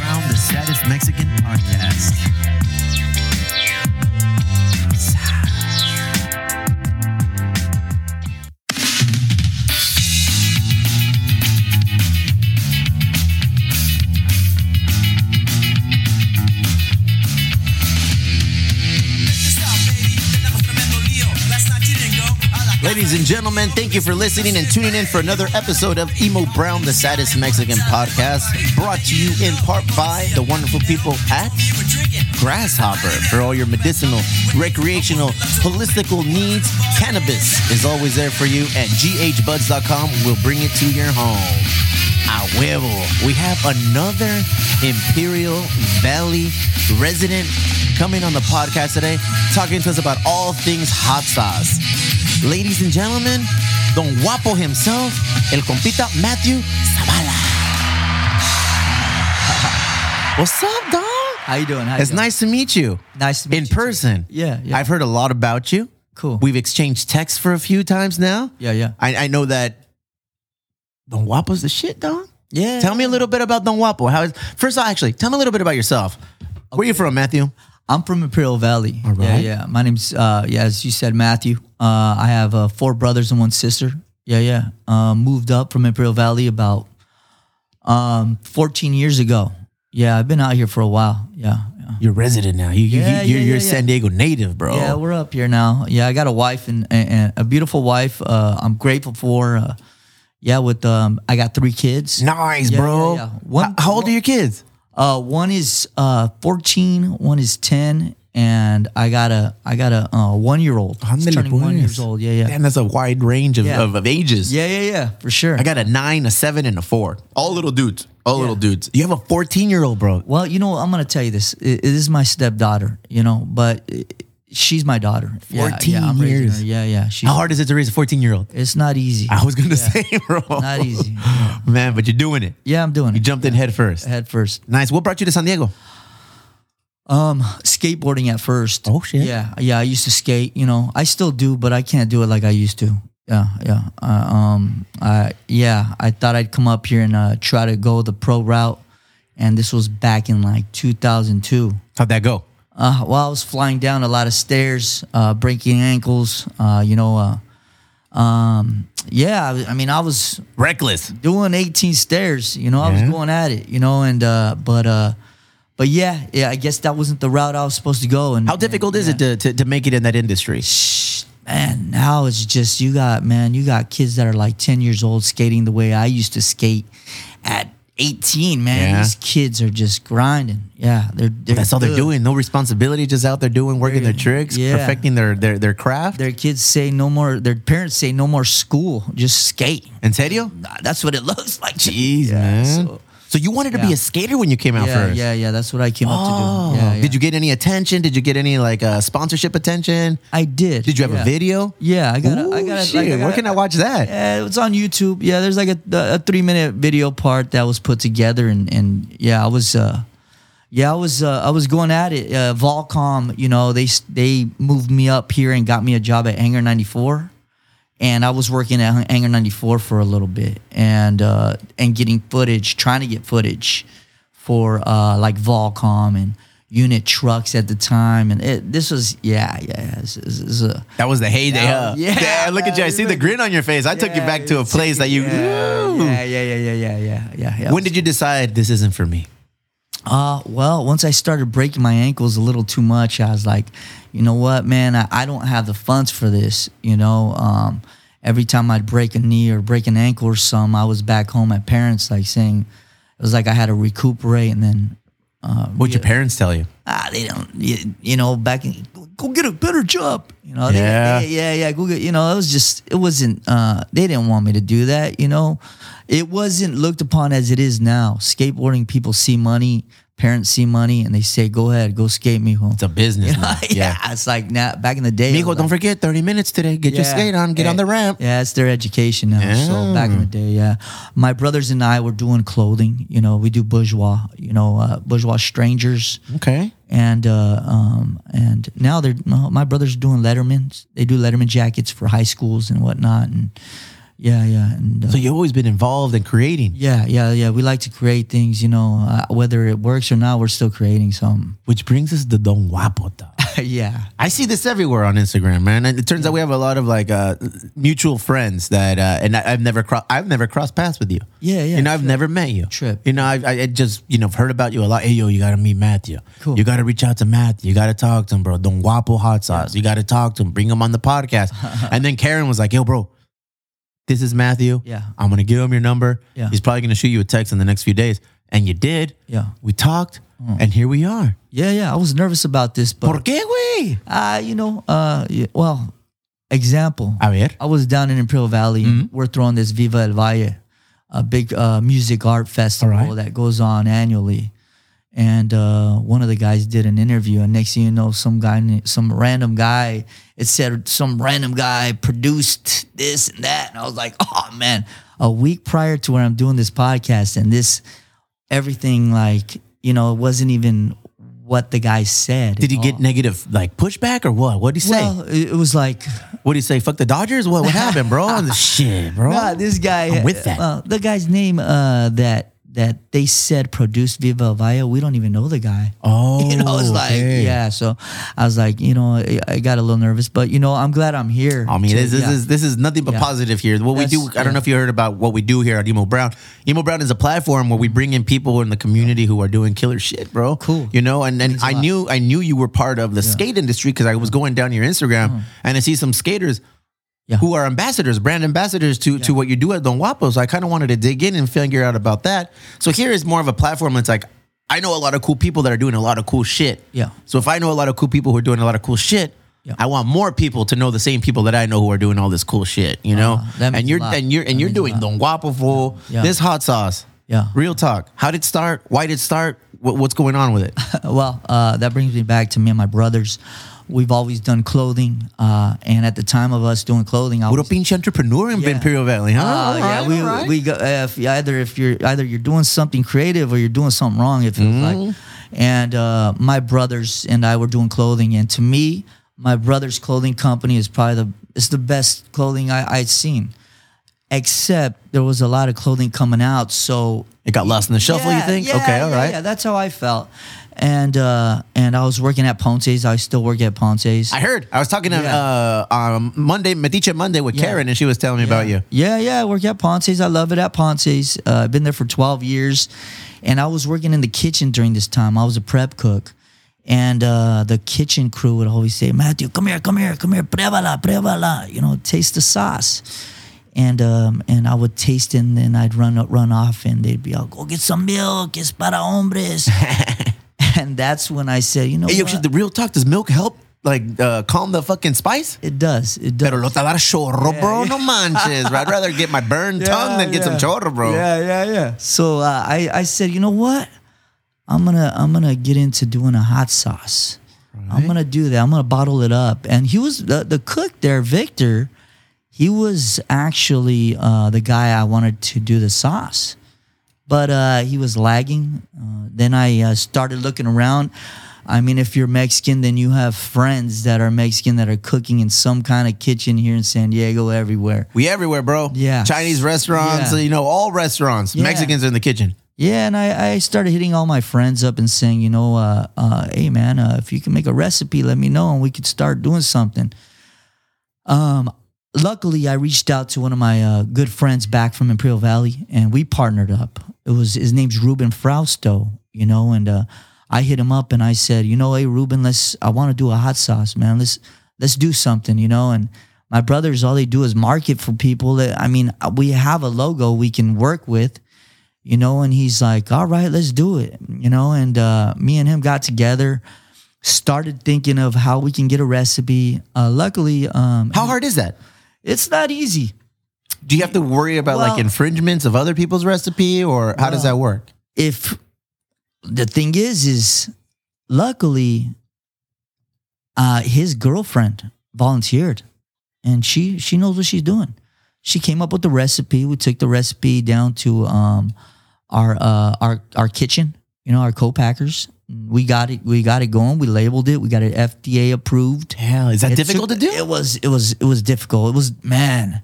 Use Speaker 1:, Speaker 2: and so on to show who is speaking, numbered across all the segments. Speaker 1: around the Saddest Mexican podcast. Ladies and gentlemen, thank you for listening and tuning in for another episode of Emo Brown, the saddest Mexican podcast, brought to you in part by the wonderful people at Grasshopper for all your medicinal, recreational, holistical needs. Cannabis is always there for you at ghbuds.com. We'll bring it to your home. A huevo. We have another Imperial Valley resident coming on the podcast today, talking to us about all things hot sauce. Ladies and gentlemen, Don Guapo himself, el compita Matthew Zavala. What's up, Don?
Speaker 2: How you doing? How you
Speaker 1: It's
Speaker 2: doing?
Speaker 1: nice to meet you.
Speaker 2: Nice to meet
Speaker 1: In
Speaker 2: you, too.
Speaker 1: person.
Speaker 2: Yeah, yeah.
Speaker 1: I've heard a lot about you.
Speaker 2: Cool.
Speaker 1: We've exchanged texts for a few times now.
Speaker 2: yeah, yeah,
Speaker 1: I, I know that Don Guapo's the shit, Don.
Speaker 2: yeah.
Speaker 1: Tell me a little bit about Don Guapo. How is, first off, actually, tell me a little bit about yourself. Where you from, Matthew?
Speaker 2: I'm from Imperial Valley. All
Speaker 1: right.
Speaker 2: Yeah, yeah. My name's uh, yeah, as you said, Matthew. Uh, I have uh, four brothers and one sister. Yeah, yeah. Uh, moved up from Imperial Valley about um 14 years ago. Yeah, I've been out here for a while. Yeah, yeah.
Speaker 1: You're resident now. You, you,
Speaker 2: Yeah,
Speaker 1: you, you're
Speaker 2: yeah,
Speaker 1: you're
Speaker 2: yeah,
Speaker 1: a San Diego native, bro.
Speaker 2: Yeah, we're up here now. Yeah, I got a wife and, and, and a beautiful wife. Uh, I'm grateful for. Uh, yeah, with um, I got three kids.
Speaker 1: nice,
Speaker 2: Yeah,
Speaker 1: bro.
Speaker 2: yeah, yeah. One-
Speaker 1: how, how old are your kids?
Speaker 2: Uh, one is uh 14, one is 10, and I got a I got a uh, one year old. He's
Speaker 1: Ándale,
Speaker 2: turning one
Speaker 1: pues.
Speaker 2: years old. Yeah, yeah,
Speaker 1: Damn, that's a wide range of,
Speaker 2: Yeah.
Speaker 1: of, of ages.
Speaker 2: yeah, yeah, yeah, for sure.
Speaker 1: I got a nine, a seven, and a four. All little dudes. All little dudes. You have a 14 year old, bro.
Speaker 2: well, you know, what? I'm gonna tell you this. I- It is my stepdaughter, you know, but i she's my daughter. Yeah,
Speaker 1: 14
Speaker 2: yeah, I'm raising
Speaker 1: years.
Speaker 2: her. Yeah, yeah. She's,
Speaker 1: How hard is it to raise a 14 year old?
Speaker 2: it's not easy.
Speaker 1: I was going to say, bro.
Speaker 2: Not easy.
Speaker 1: Man, but you're doing it.
Speaker 2: Yeah, I'm doing
Speaker 1: You
Speaker 2: it.
Speaker 1: jumped in head first.
Speaker 2: Head first.
Speaker 1: Nice. What brought you to San Diego?
Speaker 2: skateboarding at first.
Speaker 1: Oh, shit.
Speaker 2: Yeah, yeah. I used to skate. You know, I still do, but I can't do it like I used to. Yeah, yeah. Uh, um, I yeah. I thought I'd come up here and uh, try to go the pro route, and this was back in like 2002.
Speaker 1: How'd that go?
Speaker 2: Uh, well, I was flying down a lot of stairs, uh, breaking ankles. Uh, you know, uh, um, yeah. I, I mean, I was
Speaker 1: Reckless.
Speaker 2: doing 18 stairs you know i was
Speaker 1: Yeah.
Speaker 2: going at it you know and uh but uh but yeah yeah i guess that wasn't the route i was supposed to go and uh,
Speaker 1: How difficult is it to, to, to make it in that industry?
Speaker 2: Shh, man now it's just you got man you got kids that are like 10 years old skating the way i used to skate at 18 man
Speaker 1: Yeah.
Speaker 2: these kids are just grinding yeah they're, they're
Speaker 1: That's all they're
Speaker 2: good.
Speaker 1: doing. No responsibility, just out there doing, working their tricks,
Speaker 2: yeah.
Speaker 1: perfecting their their, their craft.
Speaker 2: their kids say no more their parents say no more school just skate
Speaker 1: En serio?
Speaker 2: that's what it looks like to me.
Speaker 1: Jeez,
Speaker 2: Yeah,
Speaker 1: man. So,
Speaker 2: so-
Speaker 1: you wanted to be
Speaker 2: yeah.
Speaker 1: a skater when you came out
Speaker 2: yeah
Speaker 1: first?
Speaker 2: yeah yeah that's what i came
Speaker 1: Oh,
Speaker 2: up to do yeah, yeah.
Speaker 1: did you get any attention? Did you get any like uh, sponsorship attention?
Speaker 2: i did
Speaker 1: Did you have
Speaker 2: yeah.
Speaker 1: a video?
Speaker 2: Yeah, I got.
Speaker 1: Ooh,
Speaker 2: I got.
Speaker 1: shit. Where can I watch that?
Speaker 2: Yeah, it's Eh, on YouTube. Yeah, there's like a, a three minute video part that was put together, and and yeah, I was. uh yeah, I was uh, I was going at it. Uh, Volcom, you know, they they moved me up here and got me a job at Hangar 94, and I was working at Hangar 94 for a little bit, and uh, and getting footage, trying to get footage for uh, like Volcom and unit trucks at the time, and it, this was yeah yeah this is- this is a
Speaker 1: That was the heyday. huh?
Speaker 2: Yeah. Yeah,
Speaker 1: look at you. I
Speaker 2: man.
Speaker 1: see the grin on your face. I took you
Speaker 2: Yeah,
Speaker 1: back to a
Speaker 2: it's-
Speaker 1: place that you.
Speaker 2: Yeah, yeah, yeah, yeah, yeah, yeah, yeah, yeah.
Speaker 1: When did you decide this isn't for me?
Speaker 2: Uh, well, once I started breaking my ankles a little too much, I was like, you know what, man, I, I don't have the funds for this. You know, um, every time I'd break a knee or break an ankle or some, I was back home at parents, like saying, it was like I had to recuperate and then
Speaker 1: What'd your parents tell you?
Speaker 2: ah, they don't, you, you know, back in, go get a better job. You know,
Speaker 1: Yeah.
Speaker 2: they, yeah, yeah, yeah, go get, you know, it was just, it wasn't, uh, they didn't want me to do that, you know. It wasn't looked upon as it is now. Skateboarding people see money, parents see money, and they say, go ahead, go skate, mijo.
Speaker 1: It's a business. now.
Speaker 2: yeah. it's like now, back in the day. it
Speaker 1: Mijo,
Speaker 2: was
Speaker 1: don't
Speaker 2: like-
Speaker 1: forget, 30 minutes today. Get your
Speaker 2: yeah.
Speaker 1: skate on. Get on the
Speaker 2: Yeah.
Speaker 1: ramp.
Speaker 2: Yeah, it's their education now.
Speaker 1: Yeah.
Speaker 2: So back in the day, yeah, my brothers and I were doing clothing. You know, we do bourgeois. You know, uh, bourgeois strangers
Speaker 1: Okay.
Speaker 2: and uh, um, and now they're my, my brothers are doing Lettermans. They do Letterman jackets for high schools and whatnot, and yeah, yeah, and uh,
Speaker 1: So you've always been involved in creating,
Speaker 2: yeah, yeah, yeah. We like to create things, you know, uh, whether it works or not. We're still creating some.
Speaker 1: which brings us to Don Guapota.
Speaker 2: yeah,
Speaker 1: I see this everywhere on Instagram, man. And it turns out we have a lot of like uh, mutual friends that, uh, and I, I've never crossed, I've never crossed paths with you.
Speaker 2: Yeah, yeah,
Speaker 1: You know, I've never met you.
Speaker 2: Trip.
Speaker 1: You know, I, I I just you know heard about you a lot. Hey, yo, you gotta meet Matthew.
Speaker 2: Cool.
Speaker 1: You gotta reach out to Matthew. You gotta talk to him, bro. Don Guapo Hot Sauce. You gotta talk to him. Bring him on the podcast. and then Karen was like, Yo, bro, this is Matthew.
Speaker 2: Yeah.
Speaker 1: I'm gonna give him your number.
Speaker 2: Yeah.
Speaker 1: He's probably gonna shoot you a text in the next few days. And you did.
Speaker 2: Yeah.
Speaker 1: We talked, and here we are.
Speaker 2: yeah, yeah. I was nervous about this,
Speaker 1: ¿Por
Speaker 2: Mm. but
Speaker 1: qué, güey?
Speaker 2: uh, you know, uh, yeah, well, example.
Speaker 1: A ver.
Speaker 2: I was down in Imperial Valley. and
Speaker 1: Mm-hmm.
Speaker 2: We're throwing this Viva El Valle, a big uh, music art festival
Speaker 1: Alright.
Speaker 2: that goes on annually. And uh, one of the guys did an interview, and next thing you know, some guy, na- some random guy, it said some random guy produced this and that, and I was like, oh man! A week prior to where I'm doing this podcast, and this everything like you know it wasn't even what the guy said.
Speaker 1: Did he
Speaker 2: Oh.
Speaker 1: get negative like pushback or what? What did he say?
Speaker 2: Well, it it was like
Speaker 1: what did he say? Fuck the Dodgers? What what happened, bro? Shit, bro.
Speaker 2: Nah, this guy.
Speaker 1: I'm with that.
Speaker 2: well, the guy's name uh, that that they said produced Viva Vaya. We don't even know the guy.
Speaker 1: oh,
Speaker 2: You know, it's like
Speaker 1: okay.
Speaker 2: yeah. So I was like, you know, I- I got a little nervous, but you know, I'm glad I'm here.
Speaker 1: I mean,
Speaker 2: to-
Speaker 1: this, this
Speaker 2: yeah.
Speaker 1: is this is nothing but
Speaker 2: Yeah.
Speaker 1: positive here. What we do,
Speaker 2: That's-
Speaker 1: I don't know
Speaker 2: yeah.
Speaker 1: if you heard about what we do here at Emo Brown. Emo Brown is a platform where we bring in people in the community who are doing killer shit, bro.
Speaker 2: Cool.
Speaker 1: You know, and, and I knew I knew you were part of the skate industry because I was going down your Instagram and I see some skaters
Speaker 2: Uh-huh. Yeah.
Speaker 1: who are ambassadors, brand ambassadors to to what you do at Don Guapo. So I kind of wanted to dig in and figure out about that. So here is more of a platform that's like I know a lot of cool people that are doing a lot of cool shit.
Speaker 2: Yeah.
Speaker 1: So if I know a lot of cool people who are doing a lot of cool shit,
Speaker 2: Yeah.
Speaker 1: I want more people to know the same people that I know who are doing all this cool shit. You know,
Speaker 2: Uh-huh. that means
Speaker 1: and
Speaker 2: a
Speaker 1: you're
Speaker 2: lot.
Speaker 1: and you're and
Speaker 2: That
Speaker 1: you're
Speaker 2: means a
Speaker 1: doing
Speaker 2: lot.
Speaker 1: Don Guapo fool.
Speaker 2: Yeah.
Speaker 1: This hot sauce.
Speaker 2: Yeah.
Speaker 1: Real talk. How did it start? Why did it start? What, what's going on with it?
Speaker 2: well, uh, that brings me back to me and my brothers. We've always done clothing, uh, and at the time of us doing clothing, I
Speaker 1: What a
Speaker 2: was
Speaker 1: pinche entrepreneur in
Speaker 2: Yeah.
Speaker 1: Imperial Valley, huh?
Speaker 2: Oh, yeah,
Speaker 1: Alright,
Speaker 2: we,
Speaker 1: alright.
Speaker 2: we go, uh, if, either if you're either you're doing something creative or you're doing something wrong. If feels like,
Speaker 1: Mm-hmm.
Speaker 2: and uh, my brothers and I were doing clothing, and to me, my brother's clothing company is probably the it's the best clothing I, I'd seen. Except there was a lot of clothing coming out, so
Speaker 1: it got lost in the shuffle. you think?
Speaker 2: yeah,
Speaker 1: okay, all
Speaker 2: yeah,
Speaker 1: right.
Speaker 2: yeah, that's how I felt. And uh, and I was working at Ponce's. I still work at Ponce's.
Speaker 1: I heard. I was talking to
Speaker 2: Yeah.
Speaker 1: uh, um, Monday, Metiche Monday with
Speaker 2: Yeah.
Speaker 1: Karen, and she was telling me about you.
Speaker 2: Yeah, yeah. I work at Ponce's. I love it at Ponce's. Uh, I've been there for 12 years. And I was working in the kitchen during this time. I was a prep cook. And uh, the kitchen crew would always say, Matthew, come here, come here, come here. Pruébala, pruébala. You know, taste the sauce. And um, and I would taste it, and then I'd run run off, and they'd be all, go get some milk. It's para hombres. and that's when I said, you know
Speaker 1: Hey, yo,
Speaker 2: what?
Speaker 1: shit, the real talk. Does milk help? Like uh, calm the fucking spice?
Speaker 2: it does. It does.
Speaker 1: Pero lo talar chorro, bro. No manches. I'd rather get my burned tongue than get some chorro, bro.
Speaker 2: Yeah, yeah, yeah. So uh, I, I said, you know what? I'm gonna, I'm gonna get into doing a hot sauce. I'm gonna do that. I'm gonna bottle it up. And he was the, the cook there, Victor. He was actually uh, the guy I wanted to do the sauce, but uh, he was lagging. Uh, then I uh, started looking around. I mean, if you're Mexican, then you have friends that are Mexican that are cooking in some kind of kitchen here in San Diego, everywhere.
Speaker 1: We everywhere, bro.
Speaker 2: Yeah.
Speaker 1: Chinese restaurants,
Speaker 2: Yeah.
Speaker 1: you know, all restaurants.
Speaker 2: Yeah.
Speaker 1: Mexicans are in the kitchen.
Speaker 2: Yeah, and I, I started hitting all my friends up and saying, you know, uh, uh, hey man, uh, if you can make a recipe, let me know and we could start doing something. Um, luckily, I reached out to one of my uh, good friends back from Imperial Valley, and we partnered up. It was his name's Ruben Frausto, you know, and uh, I hit him up and I said, you know, hey Ruben, let's I want to do a hot sauce, man. Let's let's do something, you know, and. My brothers, all they do is market for people. That, I mean, we have a logo we can work with, you know and he's like all right let's do it you know and uh, me and him got together started thinking of how we can get a recipe uh, luckily um,
Speaker 1: How hard is that?
Speaker 2: it's not easy
Speaker 1: Do you have to worry about like
Speaker 2: Well-
Speaker 1: infringements of other people's recipe or how does that work?
Speaker 2: if the thing is is luckily uh, his girlfriend volunteered and she she knows what she's doing she came up with the recipe we took the recipe down to um, our uh, our our kitchen you know our co-packers we got it we got it going we labeled it we got it fda approved
Speaker 1: Hell, is that
Speaker 2: it
Speaker 1: difficult
Speaker 2: took-
Speaker 1: to do?
Speaker 2: It was. It was. It was difficult. It was man.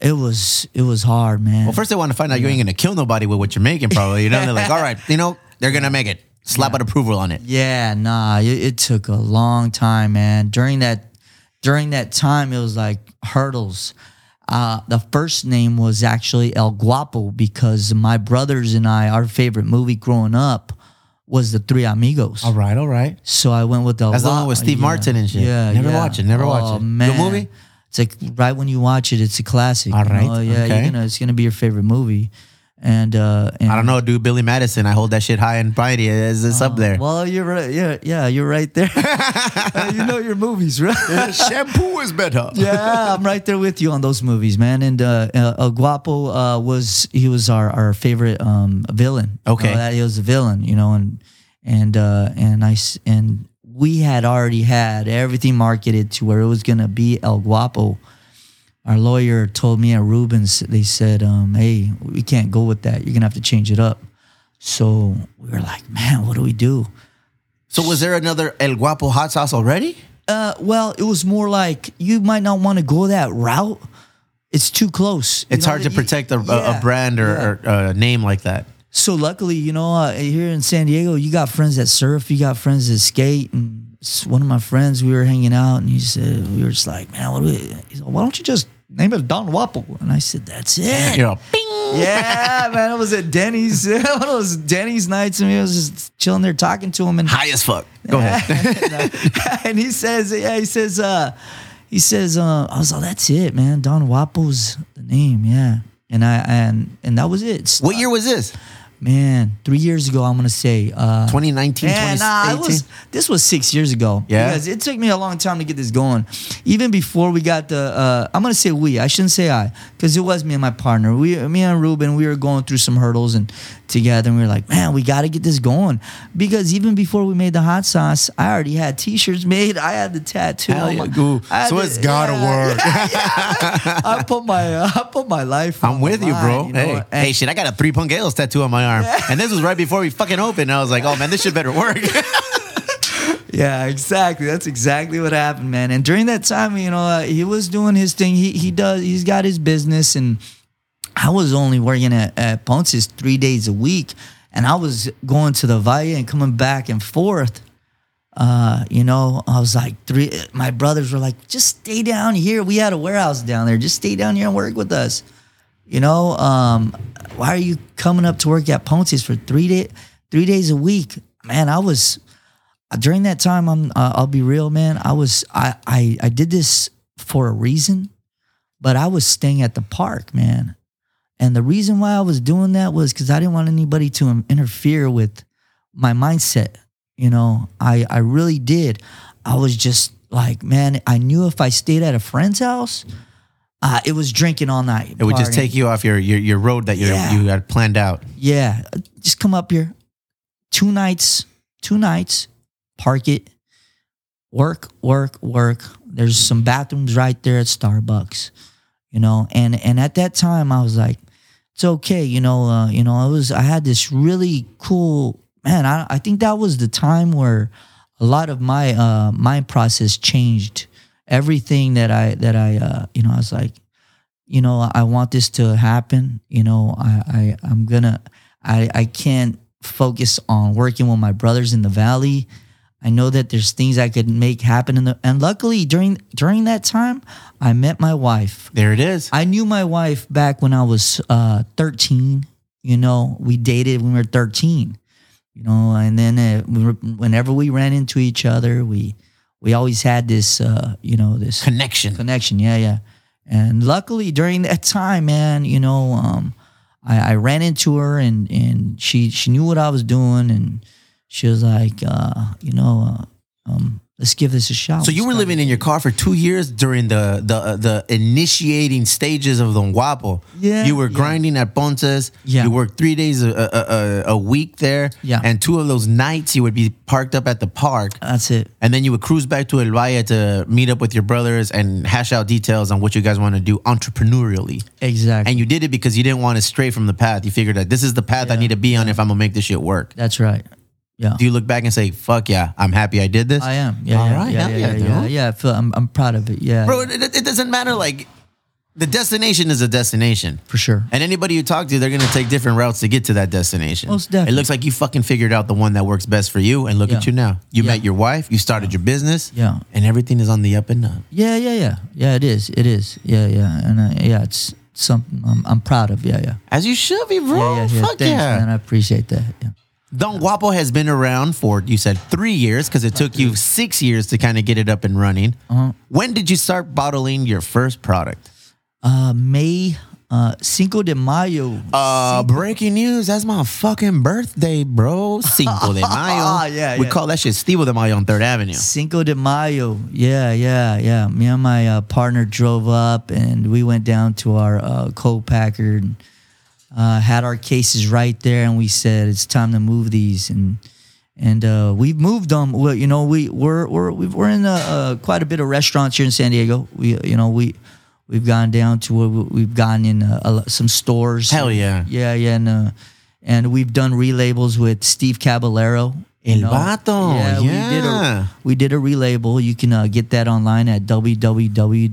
Speaker 2: It was it was hard, man.
Speaker 1: Well, first they want to find out you ain't gonna kill nobody with what you're making, probably. You know, they're like, all right, you know, they're gonna make it. Slap an approval on it.
Speaker 2: Yeah, nah, it, it took a long time, man. During that during that time, it was like hurdles. Uh, the first name was actually El Guapo because my brothers and I, our favorite movie growing up was The Three Amigos.
Speaker 1: All right, all right.
Speaker 2: So I went with the.
Speaker 1: That's the one with Steve
Speaker 2: yeah.
Speaker 1: Martin and shit.
Speaker 2: Yeah,
Speaker 1: Never
Speaker 2: yeah.
Speaker 1: watch it, never watch
Speaker 2: Oh,
Speaker 1: it. Good
Speaker 2: Man.
Speaker 1: movie?
Speaker 2: It's like right when you watch it, it's a classic.
Speaker 1: All
Speaker 2: you
Speaker 1: right,
Speaker 2: know? Yeah,
Speaker 1: okay.
Speaker 2: you're gonna, it's gonna be your favorite movie, and uh, and
Speaker 1: I don't know, dude. Billy Madison, I hold that shit high and mighty. It's, it's
Speaker 2: Uh,
Speaker 1: up there.
Speaker 2: Well, you're right. Yeah, yeah, you're right there. Uh, you know your movies, right?
Speaker 1: Shampoo is better.
Speaker 2: yeah, I'm right there with you on those movies, man. And uh, uh, El Guapo uh, was he was our, our favorite um, villain. You
Speaker 1: Okay.
Speaker 2: know, that he was a villain, you know, and and uh, and I s- and we had already had everything marketed to where it was gonna be El Guapo. Our lawyer told me at Rubens, they said, um, "Hey, we can't go with that. You're gonna have to change it up." So we were like, "Man, what do we do?"
Speaker 1: So was there another El Guapo hot sauce already?
Speaker 2: Uh, well, it was more like you might not want to go that route. It's too close. You
Speaker 1: It's
Speaker 2: know,
Speaker 1: hard to
Speaker 2: you-
Speaker 1: protect a, a- a,
Speaker 2: yeah,
Speaker 1: brand
Speaker 2: yeah.
Speaker 1: or, or a name like that.
Speaker 2: So luckily, you know, uh, here in San Diego, you got friends that surf, you got friends that skate, and s- one of my friends, we were hanging out, and he said, we were just like, man, what do we? He's like, why don't you just name it Don Wapo? And I said, that's it.
Speaker 1: You know, bing.
Speaker 2: yeah, man, it was at Denny's, one of those Denny's nights, and we was just chilling there talking to him, and
Speaker 1: high as fuck. Go ahead.
Speaker 2: and he says, yeah, he says, uh, he says, uh, I was like, that's it, man. Don Wapo's the name, yeah. And I and and that was it.
Speaker 1: what year was this?
Speaker 2: Man, three years ago, I'm gonna say. Uh,
Speaker 1: 2019,
Speaker 2: yeah,
Speaker 1: 2018?
Speaker 2: nah, it was. This was six years ago.
Speaker 1: Yeah?
Speaker 2: because it took me a long time to get this going. Even before we got the, uh, I'm gonna say we. I shouldn't say I, because it was me and my partner. We, me and Ruben, we were going through some hurdles and together, and we were like, man, we gotta get this going. Because even before we made the hot sauce, I already had T-shirts made. I had the tattoo.
Speaker 1: Hell
Speaker 2: on
Speaker 1: yeah.
Speaker 2: my-
Speaker 1: Ooh,
Speaker 2: I had
Speaker 1: so
Speaker 2: the-
Speaker 1: it's gotta work.
Speaker 2: I put my, uh, I put my life.
Speaker 1: I'm
Speaker 2: on
Speaker 1: with
Speaker 2: the
Speaker 1: you,
Speaker 2: line,
Speaker 1: bro.
Speaker 2: know?
Speaker 1: hey,
Speaker 2: And-
Speaker 1: hey, shit, I got a three punk ales tattoo on my arm. And this was right before we fucking opened. I was like, oh man, this shit better work.
Speaker 2: Yeah, exactly. That's exactly what happened, man. And during that time, you know, uh, he was doing his thing. He he does. He's got his business, and I was only working at, at Ponce's three days a week, and I was going to the Valle and coming back and forth. Uh, you know, I was like three. My brothers were like, "Just stay down here. We had a warehouse down there. Just stay down here and work with us." You know, um, why are you coming up to work at Ponce's for three day, three days a week? Man, I was uh, during that time i'm uh, i'll be real man i was I, I i did this for a reason but i was staying at the park man and the reason why i was doing that was because i didn't want anybody to um, interfere with my mindset you know i i really did i was just like man i knew if i stayed at a friend's house uh, it was drinking all night
Speaker 1: it would just
Speaker 2: partying.
Speaker 1: take you off your your, your road that you
Speaker 2: Yeah.
Speaker 1: you had planned out.
Speaker 2: Yeah, just come up here. Two nights, two nights, park it. Work, work, work. There's some bathrooms right there at Starbucks. You know, and and at that time I was like, it's okay, you know, uh, you know, I was I had this really cool man, I I think that was the time where a lot of my uh mind process changed. Everything that I that I uh you know, I was like, you know i want this to happen you know i, I i'm gonna i i can't focus on working with my brothers in the valley i know that there's things i could make happen in the and luckily during during that time i met my wife
Speaker 1: There it is.
Speaker 2: i knew my wife back when i was uh 13 you know we dated when we were 13 you know and then uh, we were- whenever we ran into each other we we always had this uh you know this
Speaker 1: Connection.
Speaker 2: connection. Yeah, yeah. And luckily during that time, man, you know, um, I, I ran into her and and she she knew what I was doing and she was like, uh, you know, uh, um, let's give this a shot.
Speaker 1: So you were living in your car for two years during the the uh, the initiating stages of the Wapo.
Speaker 2: Yeah,
Speaker 1: you were
Speaker 2: yeah.
Speaker 1: grinding at Ponces.
Speaker 2: Yeah.
Speaker 1: you worked three days a, a, a, a week there.
Speaker 2: Yeah.
Speaker 1: and two of those nights you would be parked up at the park,
Speaker 2: That's it.
Speaker 1: and then you would cruise back to El Valle to meet up with your brothers and hash out details on what you guys want to do entrepreneurially.
Speaker 2: Exactly.
Speaker 1: And you did it because you didn't want to stray from the path. You figured that this is the path I need to be on if I'm gonna make this shit work.
Speaker 2: That's right. Yeah.
Speaker 1: Do you look back and say, "Fuck yeah, I'm happy I did this"?
Speaker 2: I am. Yeah.
Speaker 1: All
Speaker 2: yeah,
Speaker 1: right,
Speaker 2: Yeah.
Speaker 1: hell
Speaker 2: Yeah.
Speaker 1: yeah,
Speaker 2: Yeah.
Speaker 1: dude.
Speaker 2: yeah, yeah. I feel, I'm, I'm proud of it. Yeah.
Speaker 1: bro. It, it, it doesn't matter. Like the destination is a destination.
Speaker 2: for sure.
Speaker 1: And anybody you talk to, they're gonna take different routes to get to that destination.
Speaker 2: Most
Speaker 1: It
Speaker 2: definitely.
Speaker 1: looks like you fucking figured out the one that works best for you, and look
Speaker 2: Yeah.
Speaker 1: at you now. You
Speaker 2: Yeah.
Speaker 1: met your wife, you started your business,
Speaker 2: Yeah.
Speaker 1: and everything is on the up and up.
Speaker 2: Yeah, yeah, yeah, yeah. It is. It is. Yeah, yeah, and uh, yeah, it's something I'm, I'm proud of. Yeah, yeah.
Speaker 1: As you should be, bro.
Speaker 2: Yeah, yeah, yeah.
Speaker 1: Oh, Fuck
Speaker 2: Thanks,
Speaker 1: yeah.
Speaker 2: man. I appreciate that. Yeah.
Speaker 1: Don Guapo has been around for you said three years because it took you six years to kind of get it up and running.
Speaker 2: Uh-huh.
Speaker 1: When did you start bottling your first product?
Speaker 2: Uh, May uh, Cinco de Mayo.
Speaker 1: Uh, breaking news. That's my fucking birthday, bro. Cinco de Mayo.
Speaker 2: Yeah,
Speaker 1: we
Speaker 2: yeah.
Speaker 1: call that shit Steve de Mayo on Third Avenue.
Speaker 2: Cinco de Mayo. Yeah, yeah, yeah. Me and my uh, partner drove up and we went down to our uh, co-packer and uh, had our cases right there. And we said, it's time to move these. And and uh, we moved them. Well, you know, we, we're, we're, we've- we're in uh, uh, quite a bit of restaurants here in San Diego. We, you know, we, we've gone down to where we- we've gone in uh, a lo- some stores.
Speaker 1: Hell yeah.
Speaker 2: Yeah, yeah. And, uh, and we've done relabels with Steve Caballero. you
Speaker 1: El
Speaker 2: know.
Speaker 1: Vato,
Speaker 2: We did
Speaker 1: yeah.
Speaker 2: a, we did a relabel. You can uh, get that online at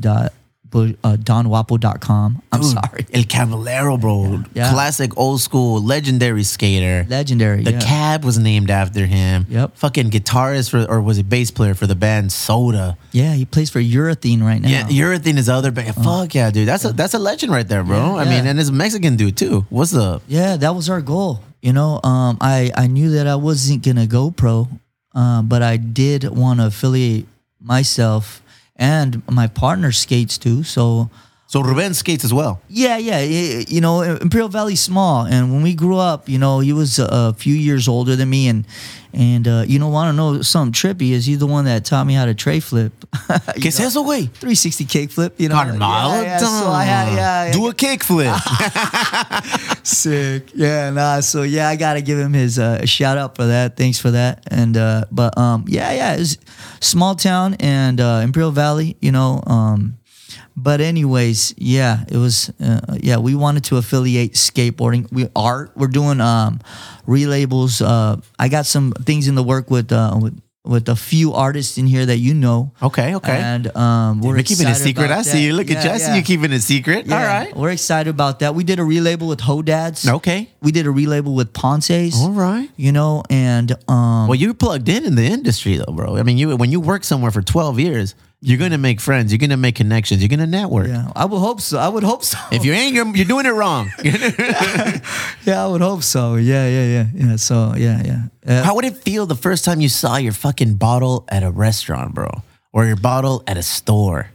Speaker 2: uh, www.donwapo.com. I'm sorry.
Speaker 1: El Caballero, bro.
Speaker 2: Yeah.
Speaker 1: Classic old school, legendary skater.
Speaker 2: Legendary.
Speaker 1: the
Speaker 2: yeah.
Speaker 1: cab was named after him.
Speaker 2: Yep.
Speaker 1: Fucking guitarist for, or was it bass player for the band Soda?
Speaker 2: Yeah, he plays for Urethane right now.
Speaker 1: Yeah, urethane is other band. Fuck yeah, dude. That's a that's a legend right there, bro.
Speaker 2: Yeah,
Speaker 1: I mean,
Speaker 2: yeah.
Speaker 1: and it's a Mexican dude too. What's up?
Speaker 2: Yeah, that was our goal. You know, um, I I knew that I wasn't gonna go pro, uh, but I did want to affiliate myself and my partner skates too. So
Speaker 1: So Ruben skates as well.
Speaker 2: yeah, yeah, i- you know, Imperial Valley's small, and when we grew up, you know, he was a, a few years older than me, and and uh, you know, want to know something trippy? Is he the one that taught me how to tray flip?
Speaker 1: Que es eso, güey?
Speaker 2: 360 cake flip, you know.
Speaker 1: Carnal,
Speaker 2: Yeah, yeah, so I had, yeah, yeah.
Speaker 1: Do a kickflip.
Speaker 2: Sick. Yeah, nah. So yeah, I gotta give him his uh, shout out for that. Thanks for that. And uh, but um, yeah, yeah, it's small town and uh, Imperial Valley, you know. Um, but anyways, yeah, it was uh, yeah. We wanted to affiliate skateboarding. We are we're doing um, relabels. Uh, I got some things in the work with uh, with with a few artists in here that you know.
Speaker 1: Okay, okay.
Speaker 2: And um, we're
Speaker 1: We're keeping it
Speaker 2: excited
Speaker 1: secret.
Speaker 2: about
Speaker 1: I see
Speaker 2: that.
Speaker 1: you. Look at
Speaker 2: Yeah,
Speaker 1: you. I see
Speaker 2: yeah.
Speaker 1: you keeping it secret.
Speaker 2: Yeah,
Speaker 1: All right.
Speaker 2: We're excited about that. We did a relabel with Hodads.
Speaker 1: Okay.
Speaker 2: We did a relabel with Ponce's.
Speaker 1: All right.
Speaker 2: You know, and um,
Speaker 1: Well, you're plugged in in the industry, though, bro. I mean, you when you work somewhere for 12 years, you're gonna make friends. You're gonna make connections. You're gonna network.
Speaker 2: yeah, I would hope so. I would hope so.
Speaker 1: If you ain't, you're, you're doing it wrong.
Speaker 2: yeah, I would hope so. Yeah, yeah, yeah, yeah. So yeah, yeah. Uh,
Speaker 1: How would it feel the first time you saw your fucking bottle at a restaurant, bro? Or your bottle at a store?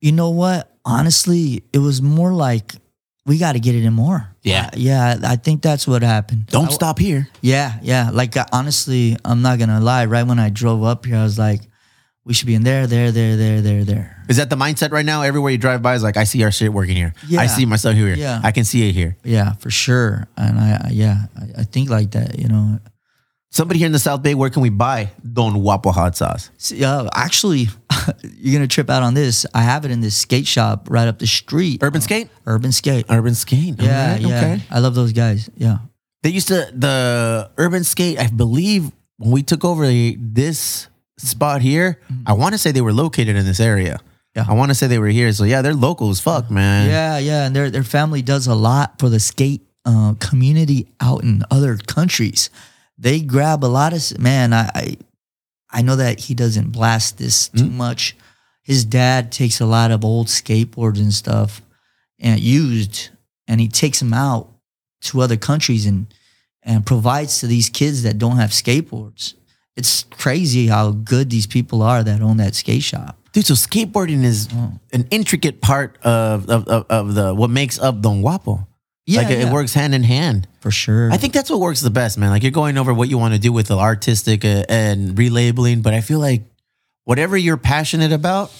Speaker 2: you know what? Honestly, it was more like we got to get it in more.
Speaker 1: Yeah.
Speaker 2: Uh, yeah. I I think that's what happened.
Speaker 1: Don't
Speaker 2: I-
Speaker 1: stop here.
Speaker 2: Yeah, yeah. Like uh, honestly, I'm not gonna lie. Right when I drove up here, I was like, we should be in there, there, there, there, there, there.
Speaker 1: Is that the mindset right now? Everywhere you drive by is like, I see our shit working here. I
Speaker 2: Yeah.
Speaker 1: see myself here.
Speaker 2: Yeah.
Speaker 1: I can see it here.
Speaker 2: Yeah, for sure. And I, I yeah, I, I think like that. You know,
Speaker 1: Somebody here in the South Bay, where can we buy Don Guapo hot sauce?
Speaker 2: See, uh, actually, you're gonna trip out on this. I have it in this skate shop right up the street,
Speaker 1: Urban Skate?
Speaker 2: Urban Skate.
Speaker 1: Urban Skate.
Speaker 2: Yeah,
Speaker 1: Alright,
Speaker 2: yeah.
Speaker 1: Okay.
Speaker 2: I love those guys. Yeah,
Speaker 1: They used to, the Urban Skate, I believe when we took over the- this spot here, I want to say they were located in this area.
Speaker 2: Mm-hmm. Yeah.
Speaker 1: I want to say they were here. So yeah, they're local as fuck, man.
Speaker 2: yeah, yeah. And their their family does a lot for the skate uh, community out in other countries. They grab a lot of s- man. I I, I know that he doesn't blast this
Speaker 1: Hmm?
Speaker 2: too much. His dad takes a lot of old skateboards and stuff, and used, and he takes them out to other countries and and provides to these kids that don't have skateboards. It's crazy how good these people are that own that skate shop.
Speaker 1: Dude, so skateboarding is
Speaker 2: Oh.
Speaker 1: an intricate part of of, of, of the what makes up Don Guapo.
Speaker 2: Yeah,
Speaker 1: like it- it
Speaker 2: yeah.
Speaker 1: works hand in hand.
Speaker 2: for sure.
Speaker 1: I think that's what works the best, man. Like you're going over what you want to do with the artistic uh, and relabeling, but I feel like whatever you're passionate about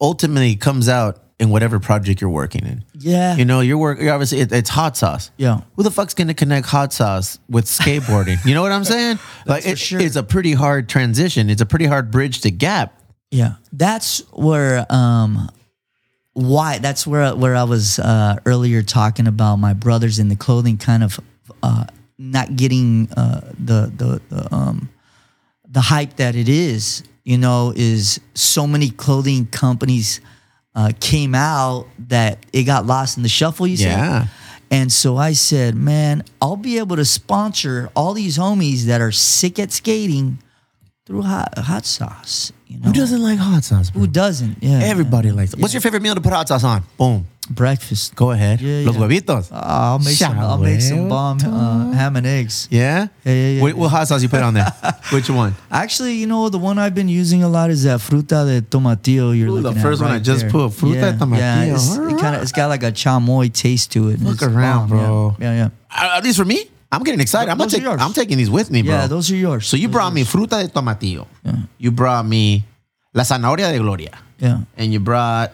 Speaker 1: ultimately comes out in whatever project you're working in.
Speaker 2: yeah,
Speaker 1: You know, your work you're obviously it, it's hot sauce.
Speaker 2: yeah.
Speaker 1: Who the fuck's gonna connect hot sauce with skateboarding? you know what I'm saying? Like
Speaker 2: for
Speaker 1: it-
Speaker 2: sure.
Speaker 1: it's a pretty hard transition. It's a pretty hard bridge to gap.
Speaker 2: Yeah, that's where um, why that's where where I was uh, earlier talking about my brothers in the clothing kind of uh, not getting uh, the the, the um, the hype that it is, you know, is so many clothing companies uh, came out that it got lost in the shuffle. You said,
Speaker 1: Yeah.
Speaker 2: And so I said, man, I'll be able to sponsor all these homies that are sick at skating through hot, hot sauce. You know
Speaker 3: Who doesn't like hot sauce? Bro?
Speaker 2: Who doesn't? Yeah.
Speaker 3: Everybody likes. it.
Speaker 1: What's your favorite meal to put hot sauce on? Boom.
Speaker 2: breakfast?
Speaker 1: Go ahead.
Speaker 2: Yeah,
Speaker 1: Los
Speaker 2: yeah.
Speaker 1: huevitos.
Speaker 2: Uh, I'll make some. I'll make some bomb uh, ham and eggs.
Speaker 1: yeah?
Speaker 2: Yeah, yeah, yeah,
Speaker 1: What, what hot sauce you put on there? Which one?
Speaker 2: Actually, you know the one I've been using a lot is that fruta de tomatillo. You're
Speaker 1: Ooh, the
Speaker 2: looking at
Speaker 1: first one I
Speaker 2: right
Speaker 1: just
Speaker 2: there.
Speaker 1: put, fruta de tomatillo.
Speaker 2: Yeah, it's, it kind of it's got like a chamoy taste to it. and
Speaker 1: Look
Speaker 2: it's
Speaker 1: around,
Speaker 2: bomb, yeah.
Speaker 1: bro.
Speaker 2: Yeah, yeah,
Speaker 1: Uh, at least for me, I'm getting excited. I'm, gonna
Speaker 2: Those are
Speaker 1: take,
Speaker 2: yours.
Speaker 1: I'm taking these with me, bro.
Speaker 2: yeah. Those are yours.
Speaker 1: So you
Speaker 2: Those
Speaker 1: brought
Speaker 2: are
Speaker 1: me fruta de tomatillo. You brought me la zanahoria de gloria.
Speaker 2: yours.
Speaker 1: And you brought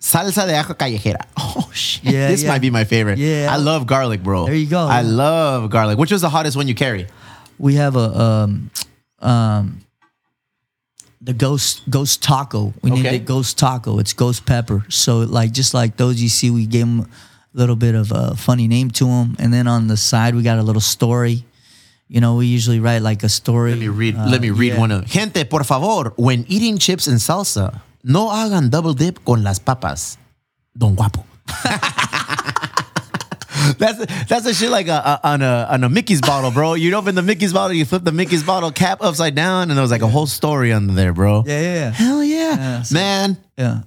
Speaker 1: salsa de ajo callejera. Oh shit.
Speaker 2: Yeah,
Speaker 1: this
Speaker 2: yeah.
Speaker 1: might be my favorite.
Speaker 2: Yeah.
Speaker 1: I love garlic, bro.
Speaker 2: There you go.
Speaker 1: I love garlic. Which was the hottest one you carry?
Speaker 2: Yeah, we have a um, um, the ghost ghost taco. We named
Speaker 1: Okay.
Speaker 2: it ghost taco. It's ghost pepper. So like just like those you see, we gave them a little bit of a funny name to them, and then on the side we got a little story. You know, we usually write like a story. Uh,
Speaker 1: Let me read. let me read
Speaker 2: Ah, yeah.
Speaker 1: one of. Gente, por favor, when eating chips and salsa, no hagan double dip con las papas. Don guapo. That's that's the shit like a, a, on a on a Mickey's bottle, bro. You'd open the Mickey's bottle, you flip the Mickey's bottle cap upside down, and there was like a whole story under there, bro.
Speaker 2: Yeah, yeah, yeah.
Speaker 1: Hell yeah,
Speaker 2: Yeah, so-
Speaker 1: man.
Speaker 2: Yeah.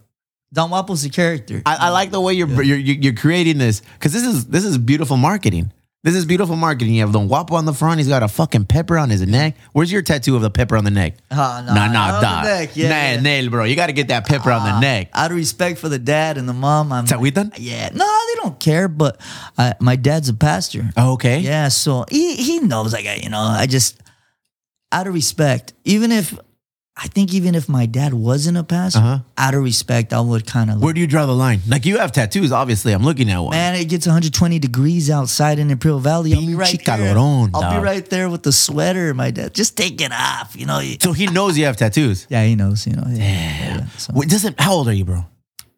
Speaker 2: Don Wapple's a character.
Speaker 1: I, I like the way you're you're, you're you're creating this because this is this is beautiful marketing. This is beautiful marketing. You have Don Guapo on the front. He's got a fucking pepper on his neck. Where's your tattoo of the pepper on the neck?
Speaker 2: Ah, nah,
Speaker 1: nah,
Speaker 2: not
Speaker 1: nah,
Speaker 2: on
Speaker 1: nah.
Speaker 2: the neck, yeah,
Speaker 1: nah,
Speaker 2: yeah. Ah.
Speaker 1: nail, bro. You got to get that pepper on the neck.
Speaker 2: Out of respect for the dad and the mom, I'm
Speaker 1: Tawitan?
Speaker 2: yeah. No, they don't care, but I, my dad's a pastor.
Speaker 1: Oh, okay.
Speaker 2: Yeah, so he, he knows like I, you know, I just out of respect, even if I think even if my dad wasn't a pastor,
Speaker 1: Uh-huh.
Speaker 2: out of respect, I would kind of
Speaker 1: Where do you draw the line? Like you have tattoos, obviously. I'm looking at one.
Speaker 2: Man, it gets 120 degrees outside in Imperial Valley. I'll be
Speaker 1: Pinche
Speaker 2: right there.
Speaker 1: calorón,
Speaker 2: I'll
Speaker 1: dog.
Speaker 2: be right there with the sweater. My dad just take it off, you know.
Speaker 1: So he knows you have tattoos.
Speaker 2: Yeah, he knows, you know. Yeah, yeah, so-
Speaker 1: Wait, doesn't how old are you, bro?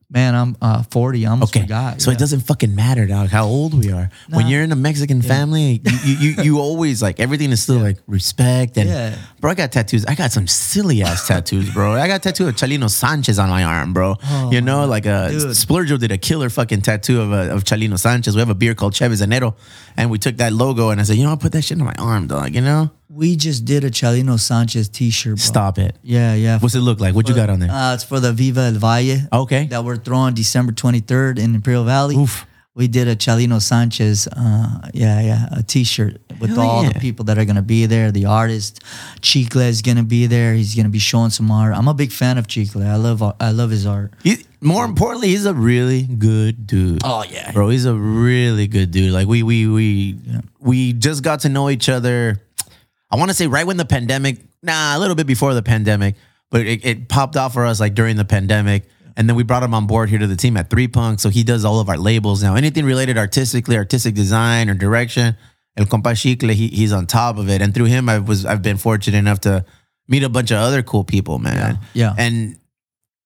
Speaker 2: Man, I'm uh, 40. I almost
Speaker 1: Okay,
Speaker 2: forgot.
Speaker 1: so
Speaker 2: yeah.
Speaker 1: it doesn't fucking matter, dog, how old we are. When
Speaker 2: Nah.
Speaker 1: you're in a Mexican family, you, you you you always like everything is still like respect and
Speaker 2: Yeah.
Speaker 1: bro. I got tattoos. I got some silly ass tattoos, bro. I got tattoo of Chalino Sanchez on my arm, bro. you know, like a
Speaker 2: Oh dude.
Speaker 1: Splurgio did a killer fucking tattoo of a, of Chalino Sanchez. We have a beer called Cheves Enero, and we took that logo and I said, you know, I put that shit on my arm, dog. You know,
Speaker 2: We just did a Chalino Sanchez t-shirt, bro.
Speaker 1: stop it.
Speaker 2: Yeah, yeah.
Speaker 1: What's it look like? What you got on there?
Speaker 2: Uh, it's for the Viva El Valle.
Speaker 1: Okay.
Speaker 2: That we're throwing December 23rd in Imperial Valley.
Speaker 1: Oof.
Speaker 2: We did a Chalino Sanchez, uh, yeah, yeah, a t-shirt with
Speaker 1: Hell
Speaker 2: all
Speaker 1: yeah.
Speaker 2: the people that are going to be there. The artist, Chicle is going to be there. He's going to be showing some art. I'm a big fan of Chicle. I love, I love his art.
Speaker 1: He, more importantly, he's a really good dude.
Speaker 2: Oh, yeah.
Speaker 1: bro, he's a really good dude. Like we we we we just got to know each other. I want to say right when the pandemic, nah, a little bit before the pandemic, but it, it popped off for us like during the pandemic. And then we brought him on board here to the team at Three Punk. So he does all of our labels now. Anything related artistically, artistic design or direction, El Compa Chicle, he, he's on top of it. And through him, I was I've been fortunate enough to meet a bunch of other cool people, man.
Speaker 2: Yeah.
Speaker 1: And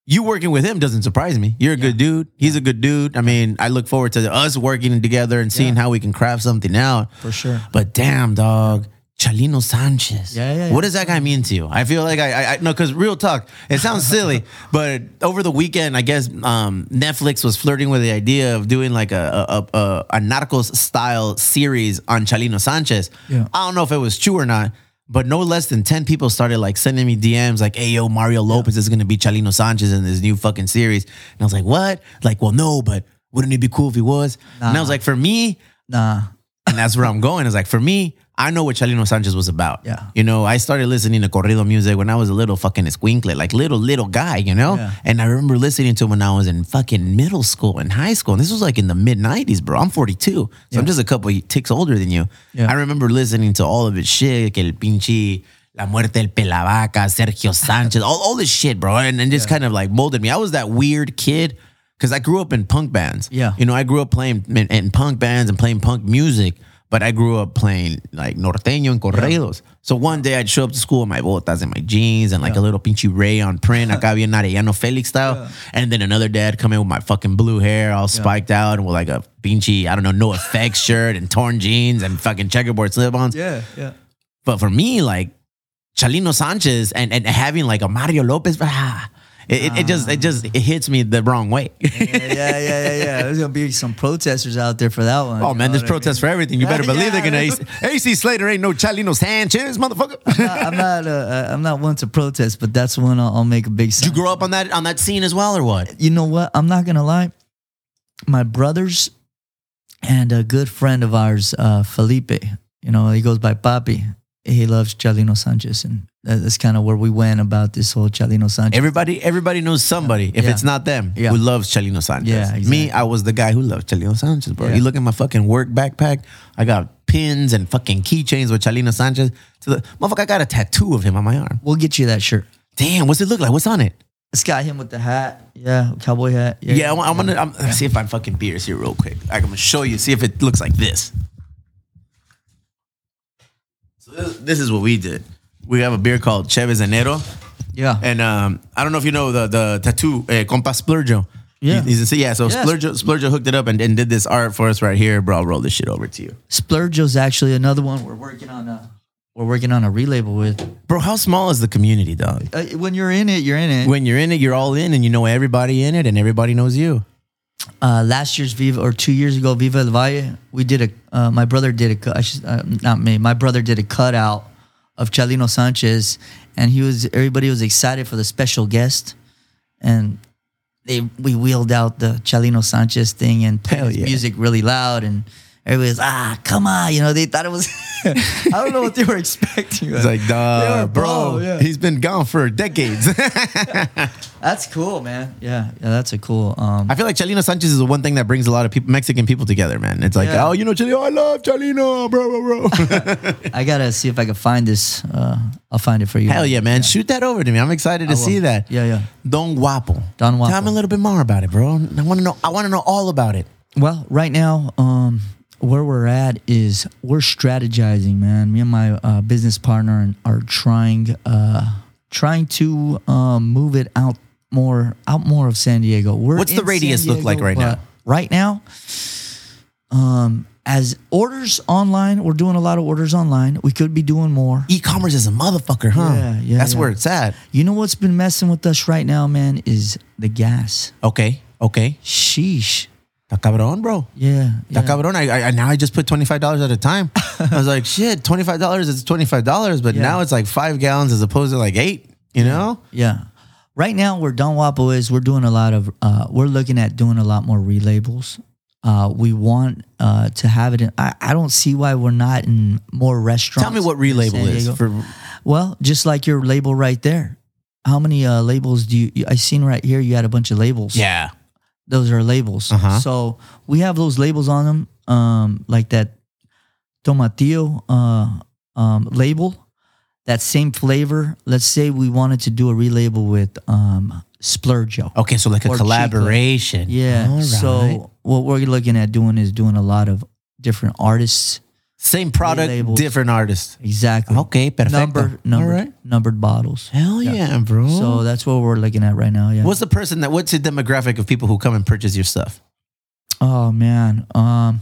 Speaker 1: you working with him doesn't surprise me. You're a good dude. He's a good dude. I mean, I look forward to us working together and seeing how we can craft something out.
Speaker 2: For sure.
Speaker 1: But damn, dog. Chalino Sanchez.
Speaker 2: Yeah, yeah,
Speaker 1: What
Speaker 2: yeah.
Speaker 1: does that guy mean to you? I feel like I, I, I no, because real talk, it sounds silly, but over the weekend, I guess um, Netflix was flirting with the idea of doing like a a, a, a Narcos style series on Chalino Sanchez.
Speaker 2: Yeah.
Speaker 1: I don't know if it was true or not, but no less than 10 people started like sending me DMs like, hey, yo, Mario Lopez is going to be Chalino Sanchez in this new fucking series. And I was like, what? Like, well, no, but wouldn't it be cool if he was? And I was like, for me,
Speaker 2: Nah.
Speaker 1: and that's where I'm going. Is like for me, I know what Chalino Sanchez was about.
Speaker 2: Yeah.
Speaker 1: You know, I started listening to corrido music when I was a little fucking esquinkle, like little little guy, you know.
Speaker 2: Yeah.
Speaker 1: And I remember listening to him when I was in fucking middle school and high school. And this was like in the mid '90s, bro. I'm 42, so I'm just a couple ticks older than you.
Speaker 2: Yeah.
Speaker 1: I remember listening to all of his shit, que el pinche. La muerte del pelavaca, Sergio Sanchez, all, all this shit, bro. And, and just kind of like molded me. I was that weird kid because I grew up in punk bands.
Speaker 2: Yeah.
Speaker 1: You know, I grew up playing in, in punk bands and playing punk music, but I grew up playing like norteño and corridos. So one day I'd show up to school in my botas and my jeans and like a little pinchy rayon print, acá bien Arellano Felix style. And then another day I'd come in with my fucking blue hair all spiked out and with like a pinchy, I don't know, no effects shirt and torn jeans and fucking checkerboard slip-ons.
Speaker 2: Yeah, yeah.
Speaker 1: But for me, like Chalino Sanchez and, and having like a Mario Lopez, ah, It, it, it just it just it hits me the wrong way.
Speaker 2: yeah, yeah, yeah, yeah. There's gonna be some protesters out there for that one.
Speaker 1: oh man, there's protests for everything. You better
Speaker 2: Yeah,
Speaker 1: believe they're gonna
Speaker 2: right.
Speaker 1: AC, AC Slater ain't no Chalino Sanchez, motherfucker.
Speaker 2: I'm not. Uh, uh, I'm not one to protest, but that's one I'll, I'll make a big.
Speaker 1: Did
Speaker 2: Sound.
Speaker 1: you grow up on that on that scene as well, or what?
Speaker 2: you know what? I'm not gonna lie. My brothers and a good friend of ours, uh, Felipe. You know, he goes by Papi. He loves Chalino Sanchez, and that- that's kind of where we went about this whole Chalino Sanchez.
Speaker 1: Everybody, everybody knows somebody. If
Speaker 2: Yeah.
Speaker 1: it's not them,
Speaker 2: Yeah.
Speaker 1: who loves Chalino Sanchez.
Speaker 2: Yeah,
Speaker 1: me,
Speaker 2: exactly.
Speaker 1: I was the guy who loved Chalino Sanchez, bro.
Speaker 2: Yeah.
Speaker 1: You look at my fucking work backpack. I got pins and fucking keychains with Chalino Sanchez. To the motherfucker, I got a tattoo of him on my arm.
Speaker 2: we'll get you that shirt.
Speaker 1: Damn, what's it look like? What's on it?
Speaker 2: It's got him with the hat. Yeah, cowboy hat.
Speaker 1: Yeah, I want, I'm gonna I'm, see if I fucking beers here real quick. Like, I'm gonna show you. See if it looks like this. So this, this is what we did. We have a beer called Cheves Enero.
Speaker 2: yeah.
Speaker 1: And um, I don't know if you know the the tattoo uh, compa Splurgio.
Speaker 2: Yeah.
Speaker 1: He's, he's, yeah. So
Speaker 2: Yes.
Speaker 1: Splurgio, Splurgio hooked it up and, and did this art for us right here, bro. I'll roll this shit over to you,
Speaker 2: Splurgeo's actually another one we're working on. A, we're working on a relabel with.
Speaker 1: bro. How small is the community, dog?
Speaker 2: Uh, when you're in it, you're in it.
Speaker 1: When you're in it, you're all in, and you know everybody in it, and everybody knows you.
Speaker 2: uh, last year's Viva or two years ago Viva El Valle, we did a. Uh, my brother did a. cu- I should, uh, not me. My brother did a cutout of Chalino Sanchez, and he was everybody was excited for the special guest, and they we wheeled out the Chalino Sanchez thing and played
Speaker 1: Hell
Speaker 2: his
Speaker 1: yeah.
Speaker 2: music really loud and. Everybody was ah, come on! You know they thought it was. I don't know what they were expecting.
Speaker 1: It's like,
Speaker 2: They
Speaker 1: duh,
Speaker 2: were
Speaker 1: bro.
Speaker 2: pro, yeah.
Speaker 1: He's been gone for decades.
Speaker 2: that's cool, man. Yeah, yeah, that's a cool. Um,
Speaker 1: I feel like Chalino Sanchez is the one thing that brings a lot of people, Mexican people together, man. It's like,
Speaker 2: Yeah.
Speaker 1: oh, you know, Chalino, I love Chalino, bro, bro, bro.
Speaker 2: I gotta see if I can find this. Uh, I'll find it for you.
Speaker 1: Hell yeah, man. Shoot that over to me. I'm excited to
Speaker 2: will.
Speaker 1: see that.
Speaker 2: Yeah, yeah.
Speaker 1: Don Guapo. Tell
Speaker 2: Don Guapo.
Speaker 1: me a little bit more about it, bro. I want to know. I want to know all about it.
Speaker 2: Well, right now, um, where we're at is we're strategizing, man. Me and my uh, business partner are trying, uh, trying to um, move it out more, out more of San Diego. We're
Speaker 1: What's the
Speaker 2: in
Speaker 1: radius
Speaker 2: San
Speaker 1: look like right
Speaker 2: but
Speaker 1: now?
Speaker 2: Right now, um, as orders online, we're doing a lot of orders online. We could be doing more.
Speaker 1: E-commerce is a motherfucker, huh?
Speaker 2: Yeah, yeah,
Speaker 1: That's
Speaker 2: yeah.
Speaker 1: where it's at.
Speaker 2: You know what's been messing with us right now, man, is the gas.
Speaker 1: Okay, okay.
Speaker 2: Sheesh.
Speaker 1: Está cabrón, bro.
Speaker 2: Yeah.
Speaker 1: Está
Speaker 2: yeah.
Speaker 1: cabrón. I, I- I now I just put twenty five dollars at a time. I was like, shit, twenty five dollars is twenty five dollars, but
Speaker 2: Yeah.
Speaker 1: now it's like five gallons as opposed to like eight. You know?
Speaker 2: Yeah. Right now, where Don Wapo is, we're doing a lot of, uh, we're looking at doing a lot more relabels. Uh, we want uh, to have it in, I, I don't see why we're not in more restaurants.
Speaker 1: Tell me what
Speaker 2: in San
Speaker 1: relabel is
Speaker 2: Diego.
Speaker 1: for
Speaker 2: well, just like your label right there. How many uh, labels do you, you, I seen right here, you had a bunch of labels.
Speaker 1: yeah.
Speaker 2: Those are labels.
Speaker 1: Uh-huh.
Speaker 2: So we have those labels on them, um, like that tomatillo uh, um, label, that same flavor. Let's say we wanted to do a relabel with um, Splurgio.
Speaker 1: Okay, so like a
Speaker 2: Or chicle.
Speaker 1: collaboration.
Speaker 2: Yeah.
Speaker 1: All right.
Speaker 2: So what we're looking at doing is doing a lot of different artists.
Speaker 1: same product,
Speaker 2: relabels.
Speaker 1: different artist.
Speaker 2: Exactly.
Speaker 1: Okay, perfecto.
Speaker 2: Number,
Speaker 1: All
Speaker 2: numbered,
Speaker 1: right.
Speaker 2: numbered bottles.
Speaker 1: Hell yeah, bro.
Speaker 2: So that's what we're looking at right now. Yeah.
Speaker 1: What's the person that? What's the demographic of people who come and purchase your stuff?
Speaker 2: Oh man, um,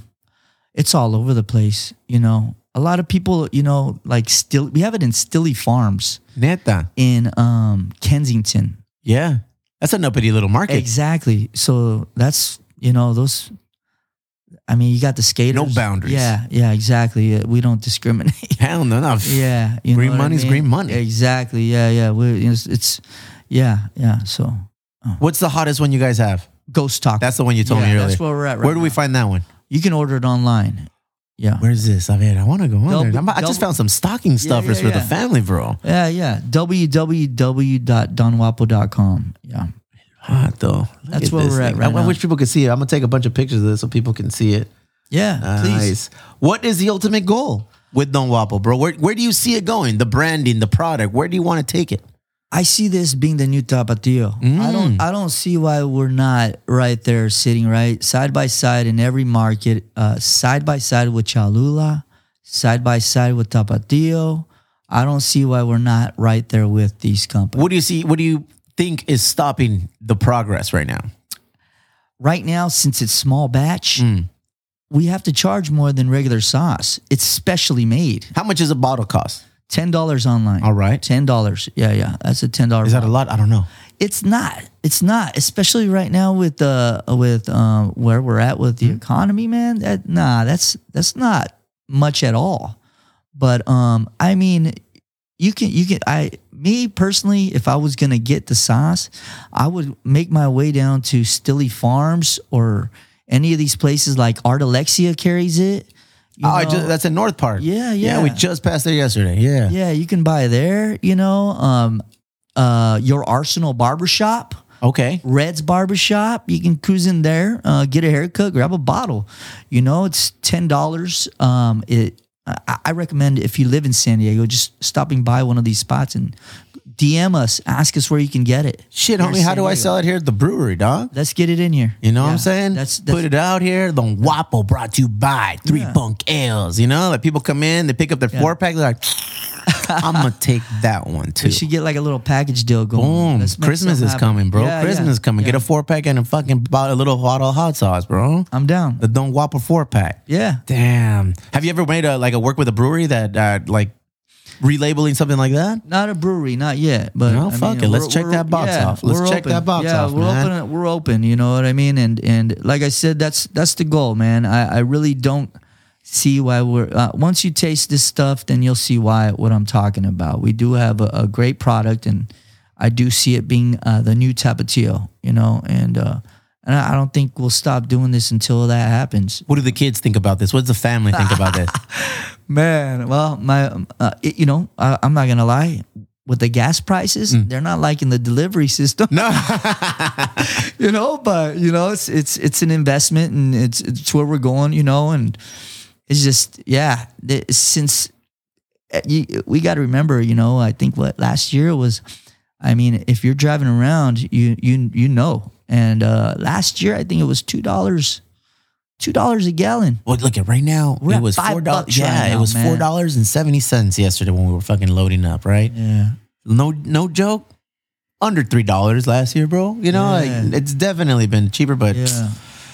Speaker 2: it's all over the place. You know, a lot of people. You know, like still we have it in Stilly Farms
Speaker 1: Neta.
Speaker 2: in um, Kensington.
Speaker 1: Yeah, that's an uppity little market.
Speaker 2: Exactly. So that's you know those. I mean, you got the skaters.
Speaker 1: No boundaries.
Speaker 2: Yeah, yeah, exactly. Uh, We don't discriminate.
Speaker 1: Hell no, no.
Speaker 2: yeah, you
Speaker 1: Green
Speaker 2: know what I
Speaker 1: money's
Speaker 2: mean?
Speaker 1: green money.
Speaker 2: Exactly. Yeah, yeah. We, it's, it's yeah, yeah. So
Speaker 1: What's the hottest one you guys have?
Speaker 2: ghost talk.
Speaker 1: That's the one you told
Speaker 2: yeah,
Speaker 1: me earlier.
Speaker 2: That's where we're at. Right
Speaker 1: Where do we
Speaker 2: now.
Speaker 1: find that one?
Speaker 2: You can order it online. Yeah.
Speaker 1: Where's this? I mean, I want to go on
Speaker 2: Double-
Speaker 1: there. I'm, I just
Speaker 2: double-
Speaker 1: found some stocking stuffers
Speaker 2: yeah,
Speaker 1: for the
Speaker 2: yeah.
Speaker 1: family, bro.
Speaker 2: Yeah, yeah. www.donwapo.com. Yeah.
Speaker 1: Hot though. Look
Speaker 2: That's where
Speaker 1: this
Speaker 2: we're at
Speaker 1: thing.
Speaker 2: right
Speaker 1: I, I
Speaker 2: now.
Speaker 1: wish people could see it. I'm gonna take a bunch of pictures of this so people can see it.
Speaker 2: Yeah,
Speaker 1: Nice.
Speaker 2: please.
Speaker 1: What is the ultimate goal with Don Wapo, bro? Where where do you see it going? The branding, the product. Where do you want to take it?
Speaker 2: I see this being the new Tapatio. I don't I don't see why we're not right there sitting right side by side in every market, uh, side by side with Chalula, side by side with Tapatio. I don't see why we're not right there with these companies.
Speaker 1: What do you see? What do you think is stopping the progress right now?
Speaker 2: right now, since it's small batch, we have to charge more than regular sauce. It's specially made.
Speaker 1: How much does a bottle cost?
Speaker 2: Ten dollars online.
Speaker 1: All right.
Speaker 2: Ten dollars. Yeah, yeah. That's a ten dollars.
Speaker 1: Is that a lot? I don't know.
Speaker 2: It's not. It's not. Especially right now with uh with um where we're at with
Speaker 1: Hmm.
Speaker 2: the economy, man. That nah, that's that's not much at all. But um, I mean, you can you can I me personally, if I was gonna get the sauce, I would make my way down to Stilly Farms or any of these places like Art Alexia carries it. you
Speaker 1: Oh, I
Speaker 2: know.
Speaker 1: just, that's in North Park.
Speaker 2: Yeah,
Speaker 1: Yeah, we
Speaker 2: yeah.
Speaker 1: just passed there yesterday. Yeah.
Speaker 2: yeah, you can buy there, you know. Um uh your Arsenal barbershop.
Speaker 1: Okay.
Speaker 2: Red's Barbershop. You can cruise in there, uh, get a haircut, grab a bottle. You know, it's ten dollars. Um, it I, I recommend if you live in San Diego, just stopping by one of these spots and DM us, ask us where you can get it.
Speaker 1: Shit, homie, how do I sell it here at the brewery, dog?
Speaker 2: Let's get it in here.
Speaker 1: You know what
Speaker 2: Yeah,
Speaker 1: I'm saying?
Speaker 2: That's, that's
Speaker 1: Put it out here. The Wapo brought to you by Three Bunk Ales. You know, like people come in, they pick up their four pack, they're like, I'm going to take that one too.
Speaker 2: we should get like a little package deal going.
Speaker 1: Boom.
Speaker 2: Let's make
Speaker 1: Christmas
Speaker 2: something
Speaker 1: is
Speaker 2: happen.
Speaker 1: coming, bro.
Speaker 2: Yeah,
Speaker 1: Christmas
Speaker 2: yeah.
Speaker 1: is coming. Get a four pack and a fucking bottle, a little bottle of hot sauce, bro.
Speaker 2: I'm down.
Speaker 1: The Don Wapo four pack.
Speaker 2: Yeah.
Speaker 1: Damn. Have you ever made a like a work with a brewery that uh, like relabeling something like that?
Speaker 2: Not a brewery, not yet. But
Speaker 1: No,
Speaker 2: I
Speaker 1: fuck
Speaker 2: mean,
Speaker 1: it. Let's
Speaker 2: we're-
Speaker 1: check
Speaker 2: we're-
Speaker 1: that box off. Let's
Speaker 2: we're
Speaker 1: check
Speaker 2: open.
Speaker 1: that box
Speaker 2: yeah,
Speaker 1: off,
Speaker 2: we're
Speaker 1: man.
Speaker 2: open. We're open. You know what I mean? And and like I said, that's that's the goal, man. I I really don't see why we're uh, once you taste this stuff, then you'll see why what I'm talking about. We do have a, a great product, and I do see it being uh, the new Tapatio. You know, and uh, and I I don't think we'll stop doing this until that happens.
Speaker 1: What do the kids think about this? What does the family think about this?
Speaker 2: Man, well, my, um, uh, it, you know, I, I'm not gonna lie. With the gas prices, they're not liking the delivery system,
Speaker 1: No.
Speaker 2: you know. But you know, it's it's it's an investment, and it's it's where we're going, you know. And it's just, yeah, the, since uh, you, we got to remember, you know, I think what last year was, I mean, if you're driving around, you you you know. And uh, last year, I think it was two dollars, two dollars a gallon.
Speaker 1: Well, look at right now.
Speaker 2: We're
Speaker 1: it
Speaker 2: at
Speaker 1: was
Speaker 2: five
Speaker 1: four dollars.
Speaker 2: bucks right
Speaker 1: Yeah, it
Speaker 2: now,
Speaker 1: was
Speaker 2: man.
Speaker 1: four dollars and seventy cents yesterday when we were fucking loading up. Right?
Speaker 2: Yeah.
Speaker 1: No, no joke. Under three dollars last year, bro. You know,
Speaker 2: Yeah.
Speaker 1: like, it's definitely been cheaper, but.
Speaker 2: Yeah.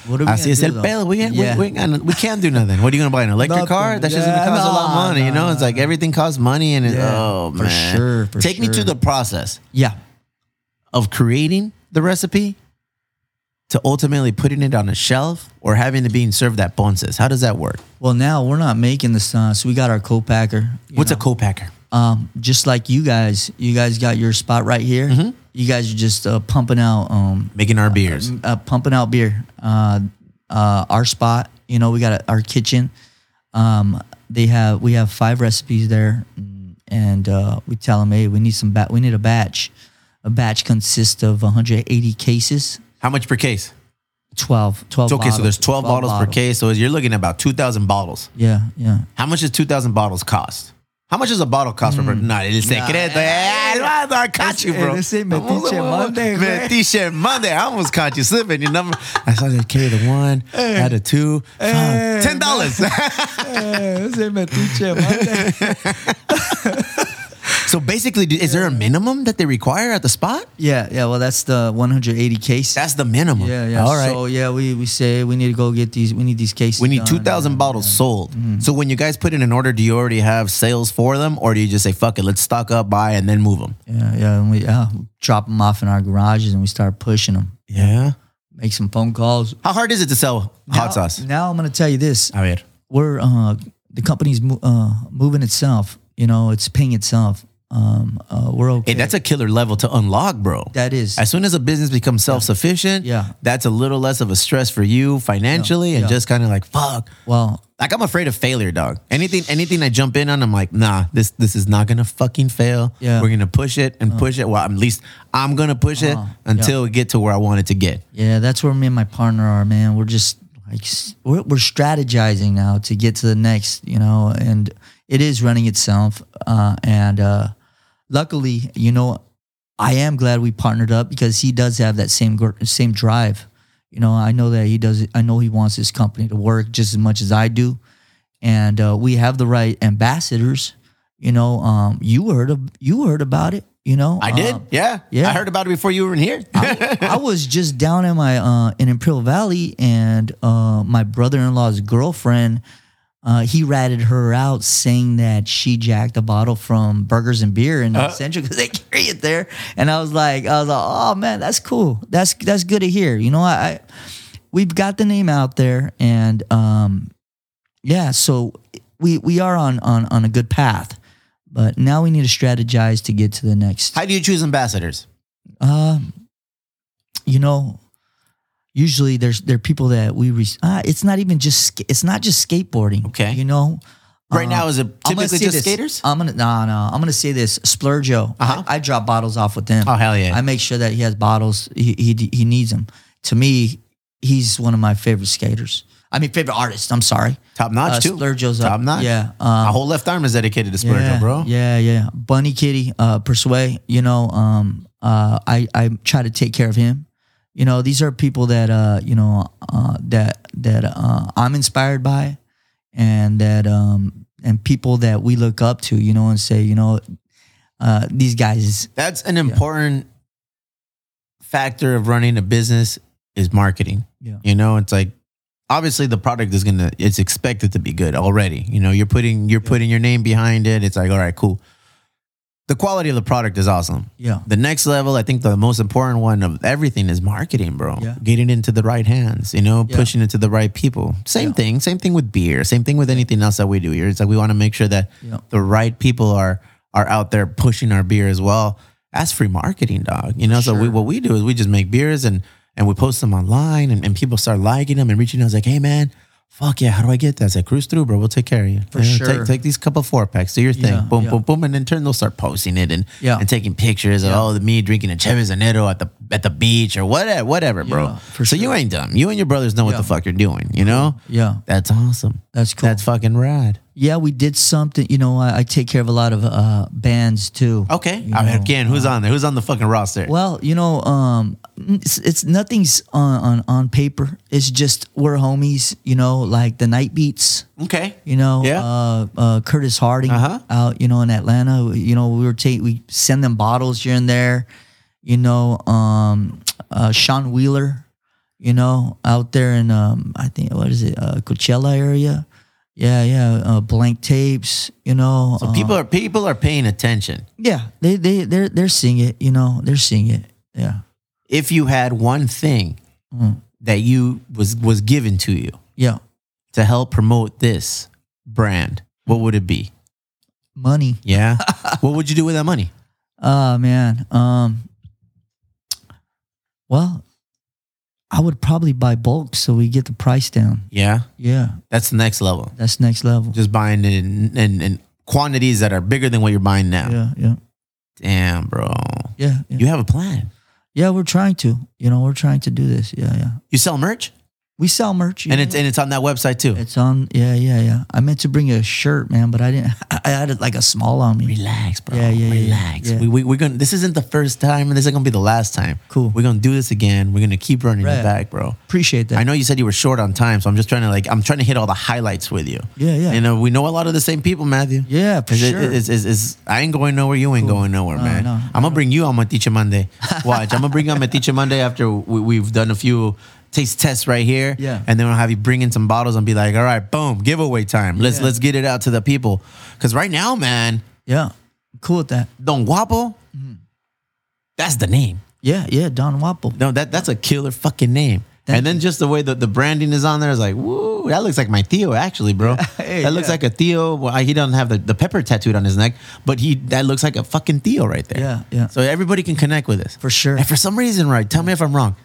Speaker 2: What are we
Speaker 1: Así
Speaker 2: gonna
Speaker 1: es
Speaker 2: do,
Speaker 1: el
Speaker 2: though?
Speaker 1: pedo. We, can't- we,
Speaker 2: Yeah.
Speaker 1: we, ain't got- we can't do nothing. What are you gonna buy? An electric
Speaker 2: Nothing.
Speaker 1: car? That's just gonna
Speaker 2: Yeah,
Speaker 1: cost a lot of
Speaker 2: nah,
Speaker 1: money. you know,
Speaker 2: nah,
Speaker 1: it's like everything costs money, and it,
Speaker 2: Yeah,
Speaker 1: oh
Speaker 2: for
Speaker 1: man,
Speaker 2: sure, for
Speaker 1: take me to
Speaker 2: sure.
Speaker 1: the process
Speaker 2: Yeah.
Speaker 1: of creating the recipe to ultimately putting it on a shelf or having it being served at Ponce's. How does that work?
Speaker 2: Well, now we're not making the sauce. We got our co-packer. you
Speaker 1: What's
Speaker 2: know.
Speaker 1: a co-packer?
Speaker 2: um, just like you guys? You guys got your spot right here.
Speaker 1: Mm-hmm.
Speaker 2: You guys are just uh, pumping out, um,
Speaker 1: Making our beers.
Speaker 2: uh, pumping out beer. Uh, uh, our spot. You know, we got our kitchen. Um, they have we have five recipes there, and uh, we tell them, hey, we need some bat. We need a batch. A batch consists of 180 cases,
Speaker 1: How much per case?
Speaker 2: 12, 12
Speaker 1: It's okay, so there's
Speaker 2: bottles,
Speaker 1: 12, bottles, per case. So you're looking at about 2,000 bottles.
Speaker 2: Yeah, yeah.
Speaker 1: How much does 2,000 bottles cost? How much does a bottle cost for?
Speaker 2: Mm.
Speaker 1: No, it's secreto. Eh, Eduardo, I caught you,
Speaker 2: Hey,
Speaker 1: bro.
Speaker 2: this ain't Metiche Monday, güey.
Speaker 1: Metiche Monday. I almost caught you slipping. Your number. I saw you carry the one,
Speaker 2: Eh.
Speaker 1: had a two, five, ten dollars. so basically, do- is there a minimum that they require at the spot?
Speaker 2: Yeah, yeah. Well, that's the 180 case.
Speaker 1: That's the minimum.
Speaker 2: yeah, yeah.
Speaker 1: All right.
Speaker 2: So yeah, we we say we need to go get these. We need these cases.
Speaker 1: we need
Speaker 2: done. Mm-hmm.
Speaker 1: 2,000 bottles sold. So when you guys put in an order, do you already have sales for them? Or do you just say, fuck it, let's stock up, buy, and then move them?
Speaker 2: Yeah, yeah. And we yeah, we drop them off in our garages and we start pushing them.
Speaker 1: Yeah.
Speaker 2: Make some phone calls.
Speaker 1: How hard is it to sell hot
Speaker 2: Now-
Speaker 1: sauce?
Speaker 2: Now I'm gonna tell you this.
Speaker 1: A ver.
Speaker 2: we're uh, the company's mo- uh, moving itself. You know, it's paying itself. Um, uh, we're okay.
Speaker 1: Hey, that's a killer level to unlock, bro.
Speaker 2: that is.
Speaker 1: as soon as a business becomes self sufficient,
Speaker 2: Yeah.
Speaker 1: that's a little less of a stress for you financially and
Speaker 2: Yeah.
Speaker 1: just kind of like, fuck.
Speaker 2: well,
Speaker 1: Like I'm afraid of failure, dog. Anything anything I jump in on, I'm like, nah, this this is not gonna fucking fail.
Speaker 2: Yeah. Uh.
Speaker 1: We're gonna push it and push it. Well, at least I'm gonna push
Speaker 2: Uh-huh.
Speaker 1: it until we get to where I want it to get.
Speaker 2: Yeah, that's where me and my partner are, man. We're just like s- we're, we're strategizing now to get to the next, you know, and it is running itself. Uh, and uh, luckily, you know, I am glad we partnered up because he does have that same gr- same drive. You know, I know that he does. I know he wants his company to work just as much as I do, and uh, we have the right ambassadors. You know, um, you heard of you heard about it. You know,
Speaker 1: I did.
Speaker 2: Um,
Speaker 1: yeah.
Speaker 2: yeah.
Speaker 1: I heard about it before you were in here.
Speaker 2: I was just down in my uh, in Imperial Valley, and uh, my brother in law's girlfriend uh, he ratted her out saying that she jacked a bottle from Burgers and Beer in Central because they carry it there. And I was like, I was like, oh man, that's cool. That's that's good to hear. You know, I, I we've got the name out there, and um, yeah, so we we are on on on a good path. But now we need to strategize to get to the next.
Speaker 1: How do you choose ambassadors?
Speaker 2: Uh, you know, usually there's there are people that we. Re- ah, it's not even just sk- it's not just skateboarding.
Speaker 1: Okay.
Speaker 2: you know.
Speaker 1: Right
Speaker 2: Uh,
Speaker 1: now, is it
Speaker 2: I'm gonna
Speaker 1: typically
Speaker 2: say
Speaker 1: just
Speaker 2: this.
Speaker 1: skaters?
Speaker 2: I'm gonna no no. I'm gonna say this. Splurgeo.
Speaker 1: Uh-huh.
Speaker 2: I, I drop bottles off with them.
Speaker 1: Oh hell yeah!
Speaker 2: I make sure that he has bottles. He he he needs them. To me, he's one of my favorite skaters. I mean, favorite artist. I'm sorry.
Speaker 1: Top notch
Speaker 2: Uh,
Speaker 1: too.
Speaker 2: Splurgeo's
Speaker 1: Top
Speaker 2: up.
Speaker 1: notch.
Speaker 2: Yeah.
Speaker 1: My
Speaker 2: Um,
Speaker 1: whole left arm is dedicated to Splurge,
Speaker 2: yeah,
Speaker 1: bro.
Speaker 2: Yeah, yeah. Bunny Kitty, uh, Persuade, you know, um, uh, I, I try to take care of him. You know, these are people that, uh, you know, uh, that, that, uh, I'm inspired by and that, um, and people that we look up to, you know, and say, you know, uh, these guys,
Speaker 1: That's an important factor of running a business is marketing.
Speaker 2: Yeah.
Speaker 1: You know, it's like obviously the product is gonna it's expected to be good already. You know, you're putting you're putting your name behind it. It's like, all right, cool. The quality of the product is awesome.
Speaker 2: yeah,
Speaker 1: The next level, I think the most important one of everything is marketing, bro.
Speaker 2: Yeah.
Speaker 1: Getting into the right hands, you know,
Speaker 2: Yeah.
Speaker 1: pushing it to the right people. Same
Speaker 2: Yeah.
Speaker 1: thing, same thing with beer, same thing with anything else that we do here. It's like we want to make sure that
Speaker 2: Yeah.
Speaker 1: the right people are are out there pushing our beer as well. That's free marketing, dog. You know, so we,
Speaker 2: Sure.
Speaker 1: what we do is we just make beers and and we post them online and, and people start liking them and reaching out. It's like, hey man, fuck yeah, how do I get that? It's like cruise through, bro. We'll take care of you.
Speaker 2: For
Speaker 1: You know,
Speaker 2: sure.
Speaker 1: Take, take these couple four packs, do your thing.
Speaker 2: Yeah,
Speaker 1: boom,
Speaker 2: yeah.
Speaker 1: boom, boom. And in turn they'll start posting it and
Speaker 2: Yeah.
Speaker 1: and taking pictures of oh me drinking a Chevizanero at the at the beach or whatever, whatever, bro.
Speaker 2: Yeah, for
Speaker 1: so you
Speaker 2: sure.
Speaker 1: ain't dumb. You and your brothers know what
Speaker 2: Yeah.
Speaker 1: the fuck you're doing. You know
Speaker 2: yeah,
Speaker 1: that's awesome.
Speaker 2: that's cool.
Speaker 1: That's fucking rad.
Speaker 2: yeah, we did something, you know, I, I take care of a lot of, uh, bands too.
Speaker 1: Okay,
Speaker 2: You
Speaker 1: I mean,
Speaker 2: know, uh,
Speaker 1: again, who's on there? Who's on the fucking roster?
Speaker 2: Well, you know, um, it's, it's nothing's on, on on paper. It's just we're homies. You know, like the Night Beats.
Speaker 1: Okay,
Speaker 2: You know,
Speaker 1: Yeah.
Speaker 2: uh, uh, Curtis Harding
Speaker 1: Uh-huh.
Speaker 2: out. You know, in Atlanta. You know, we were take we send them bottles here and there. You know, um, uh, Sean Wheeler. You know, out there in um, I think what is it, uh, Coachella area. Yeah, yeah. Uh, blank tapes. You know, uh,
Speaker 1: people are people are paying attention.
Speaker 2: Yeah, they they they're they're seeing it. You know, they're seeing it. Yeah.
Speaker 1: If you had one thing
Speaker 2: Mm.
Speaker 1: that you was was given to you
Speaker 2: Yeah.
Speaker 1: to help promote this brand, what would it be?
Speaker 2: Money.
Speaker 1: Yeah, what would you do with that money?
Speaker 2: Oh man. Um well, I would probably buy bulk so we get the price down.
Speaker 1: Yeah,
Speaker 2: Yeah.
Speaker 1: that's the next level.
Speaker 2: That's next level.
Speaker 1: just buying in, in, in quantities that are bigger than what you're buying now.
Speaker 2: Yeah, yeah.
Speaker 1: Damn, bro.
Speaker 2: Yeah. Yeah.
Speaker 1: You have a plan.
Speaker 2: Yeah, we're trying to. You know, we're trying to do this. Yeah, yeah.
Speaker 1: You sell merch,
Speaker 2: We sell merch. you
Speaker 1: and
Speaker 2: know?
Speaker 1: it's and it's on that website too.
Speaker 2: it's on yeah, yeah, yeah. I meant to bring a shirt, man, but I didn't I had like a small on me.
Speaker 1: Relax, bro.
Speaker 2: Yeah, yeah, yeah, yeah,
Speaker 1: Relax.
Speaker 2: yeah.
Speaker 1: We, we, we're gonna. This isn't the first time, and this isn't gonna be the last time.
Speaker 2: Cool.
Speaker 1: We're gonna do this again. We're gonna keep running it
Speaker 2: Right.
Speaker 1: back, bro.
Speaker 2: Appreciate that.
Speaker 1: I know you said you were short on time, so I'm just trying to like I'm trying to hit all the highlights with you.
Speaker 2: Yeah, yeah.
Speaker 1: You know, we know a lot of the same people, Matthew.
Speaker 2: yeah, for
Speaker 1: Is it-
Speaker 2: sure.
Speaker 1: is- is- is- I ain't going nowhere. You ain't going nowhere,
Speaker 2: No,
Speaker 1: man.
Speaker 2: no,
Speaker 1: I'm gonna bring you on my teacher Monday. Watch, I'm gonna bring you on my teacher Monday after we, we've done a few taste tests right here.
Speaker 2: Yeah.
Speaker 1: and then we'll have you bring in some bottles and be like, all right, boom, giveaway time. Let's
Speaker 2: Yeah.
Speaker 1: let's get it out to the people. Cause right now, man,
Speaker 2: yeah. Cool with that.
Speaker 1: Don Guapo,
Speaker 2: Mm-hmm.
Speaker 1: that's the name.
Speaker 2: Yeah, yeah, Don Wapple.
Speaker 1: No, that that's a killer fucking name.
Speaker 2: Thank
Speaker 1: and then just the way that the branding is on there is like, woo, that looks like my Theo, actually, bro.
Speaker 2: Hey,
Speaker 1: that looks
Speaker 2: yeah.
Speaker 1: like a Theo. Well, I- he doesn't have the, the pepper tattooed on his neck, but he that looks like a fucking Theo right there.
Speaker 2: Yeah, yeah.
Speaker 1: So everybody can connect with us.
Speaker 2: For sure.
Speaker 1: And for some reason, right, tell me if I'm wrong.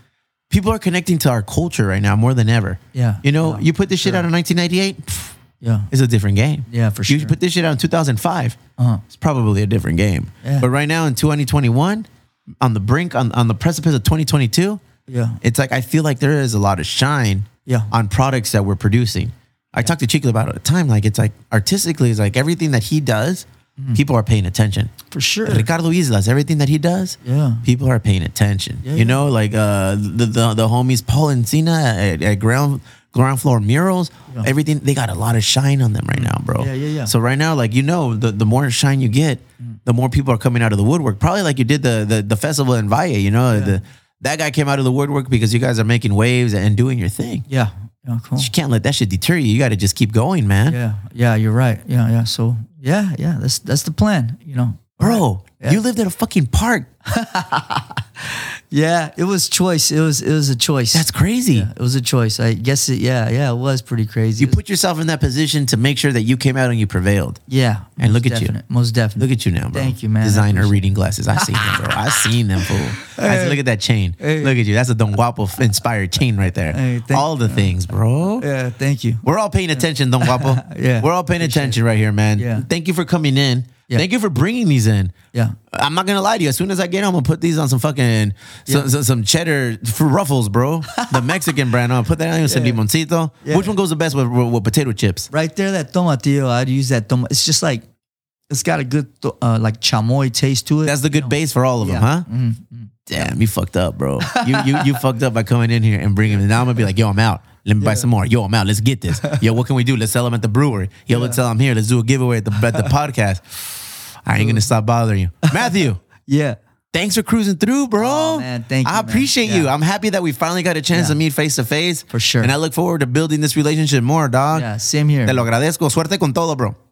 Speaker 1: People are connecting to our culture right now more than ever.
Speaker 2: Yeah,
Speaker 1: You know,
Speaker 2: yeah,
Speaker 1: you put this shit out in 1998, pff,
Speaker 2: Yeah.
Speaker 1: it's a different game.
Speaker 2: Yeah, for
Speaker 1: You
Speaker 2: sure.
Speaker 1: put this shit out in 2005,
Speaker 2: Uh-huh.
Speaker 1: it's probably a different game.
Speaker 2: Yeah.
Speaker 1: But right now in 2021, on the brink, on, on the precipice of 2022,
Speaker 2: Yeah.
Speaker 1: it's like I feel like there is a lot of shine
Speaker 2: Yeah.
Speaker 1: on products that we're producing. I talked to Chico about it at the time. Like it's like artistically, it's like everything that he does,
Speaker 2: Mm-hmm.
Speaker 1: people are paying attention.
Speaker 2: For sure.
Speaker 1: Ricardo Islas, everything that he does,
Speaker 2: Yeah.
Speaker 1: people are paying attention.
Speaker 2: Yeah,
Speaker 1: you
Speaker 2: yeah.
Speaker 1: know, like uh, the, the the homies Paul Encina at, at ground ground floor murals, everything they got a lot of shine on them right now, bro.
Speaker 2: Mm. Yeah, yeah, Mm. yeah.
Speaker 1: So right now, like you know, the, the more shine you get, the more people are coming out of the woodwork. Probably like you did the the, the festival in Valle. You know, the that guy came out of the woodwork because you guys are making waves and doing your thing.
Speaker 2: Yeah. Yeah, cool.
Speaker 1: You can't let that shit deter you. You got to just keep going, man.
Speaker 2: Yeah, yeah, you're right. Yeah, yeah. So yeah, yeah, that's that's the plan. You know,
Speaker 1: Bro, you lived at a fucking park.
Speaker 2: Yeah, it was choice. It was it was a choice.
Speaker 1: That's crazy.
Speaker 2: it was a choice. I guess it. Yeah, yeah, it was pretty crazy.
Speaker 1: You put yourself in that position to make sure that you came out and you prevailed.
Speaker 2: yeah,
Speaker 1: And
Speaker 2: most
Speaker 1: look at you.
Speaker 2: definite- most definitely.
Speaker 1: Look at you now, bro.
Speaker 2: Thank you, man. I
Speaker 1: Designer
Speaker 2: appreciate
Speaker 1: reading glasses. I seen them, bro. I seen them, fool. I said, look at that chain. Look at you. That's a Don Guapo inspired chain right there.
Speaker 2: Hey, thank
Speaker 1: All the things, bro.
Speaker 2: yeah, thank you.
Speaker 1: We're all paying attention, Don Guapo.
Speaker 2: Yeah.
Speaker 1: We're all paying attention right here, man.
Speaker 2: Yeah.
Speaker 1: Thank you for coming in.
Speaker 2: Yeah.
Speaker 1: Thank you for bringing these in.
Speaker 2: Yeah.
Speaker 1: I'm not gonna lie to you. As soon as I get home, I'm gonna put these on some fucking some, some, some cheddar for ruffles, bro. the Mexican brand. I'm gonna put that on some limoncito.
Speaker 2: Yeah.
Speaker 1: Which one goes the best with, with, with potato chips?
Speaker 2: Right there, that tomatillo. I'd use that tomatillo. It's just like it's got a good to- uh, like chamoy taste to it.
Speaker 1: That's the good base for all of them, huh?
Speaker 2: Yeah. Mm,
Speaker 1: Damn, you fucked up, bro. You you you fucked up by coming in here and bringing them. Now I'm gonna be like, yo, I'm out. Let me buy some more. Yo, I'm out. Let's get this. Yo, what can we do? Let's sell them at the brewery. Yo, let's sell them here. Let's do a giveaway at the at the podcast. I ain't gonna stop bothering you, Matthew.
Speaker 2: yeah.
Speaker 1: Thanks for cruising through, bro.
Speaker 2: Oh, man. Thank
Speaker 1: I
Speaker 2: you, man.
Speaker 1: appreciate you.
Speaker 2: Yeah.
Speaker 1: I'm happy that we finally got a chance to meet face to face.
Speaker 2: For sure.
Speaker 1: And I look forward to building this relationship more, dog.
Speaker 2: Yeah, same here.
Speaker 1: Te lo agradezco. Suerte con todo, bro.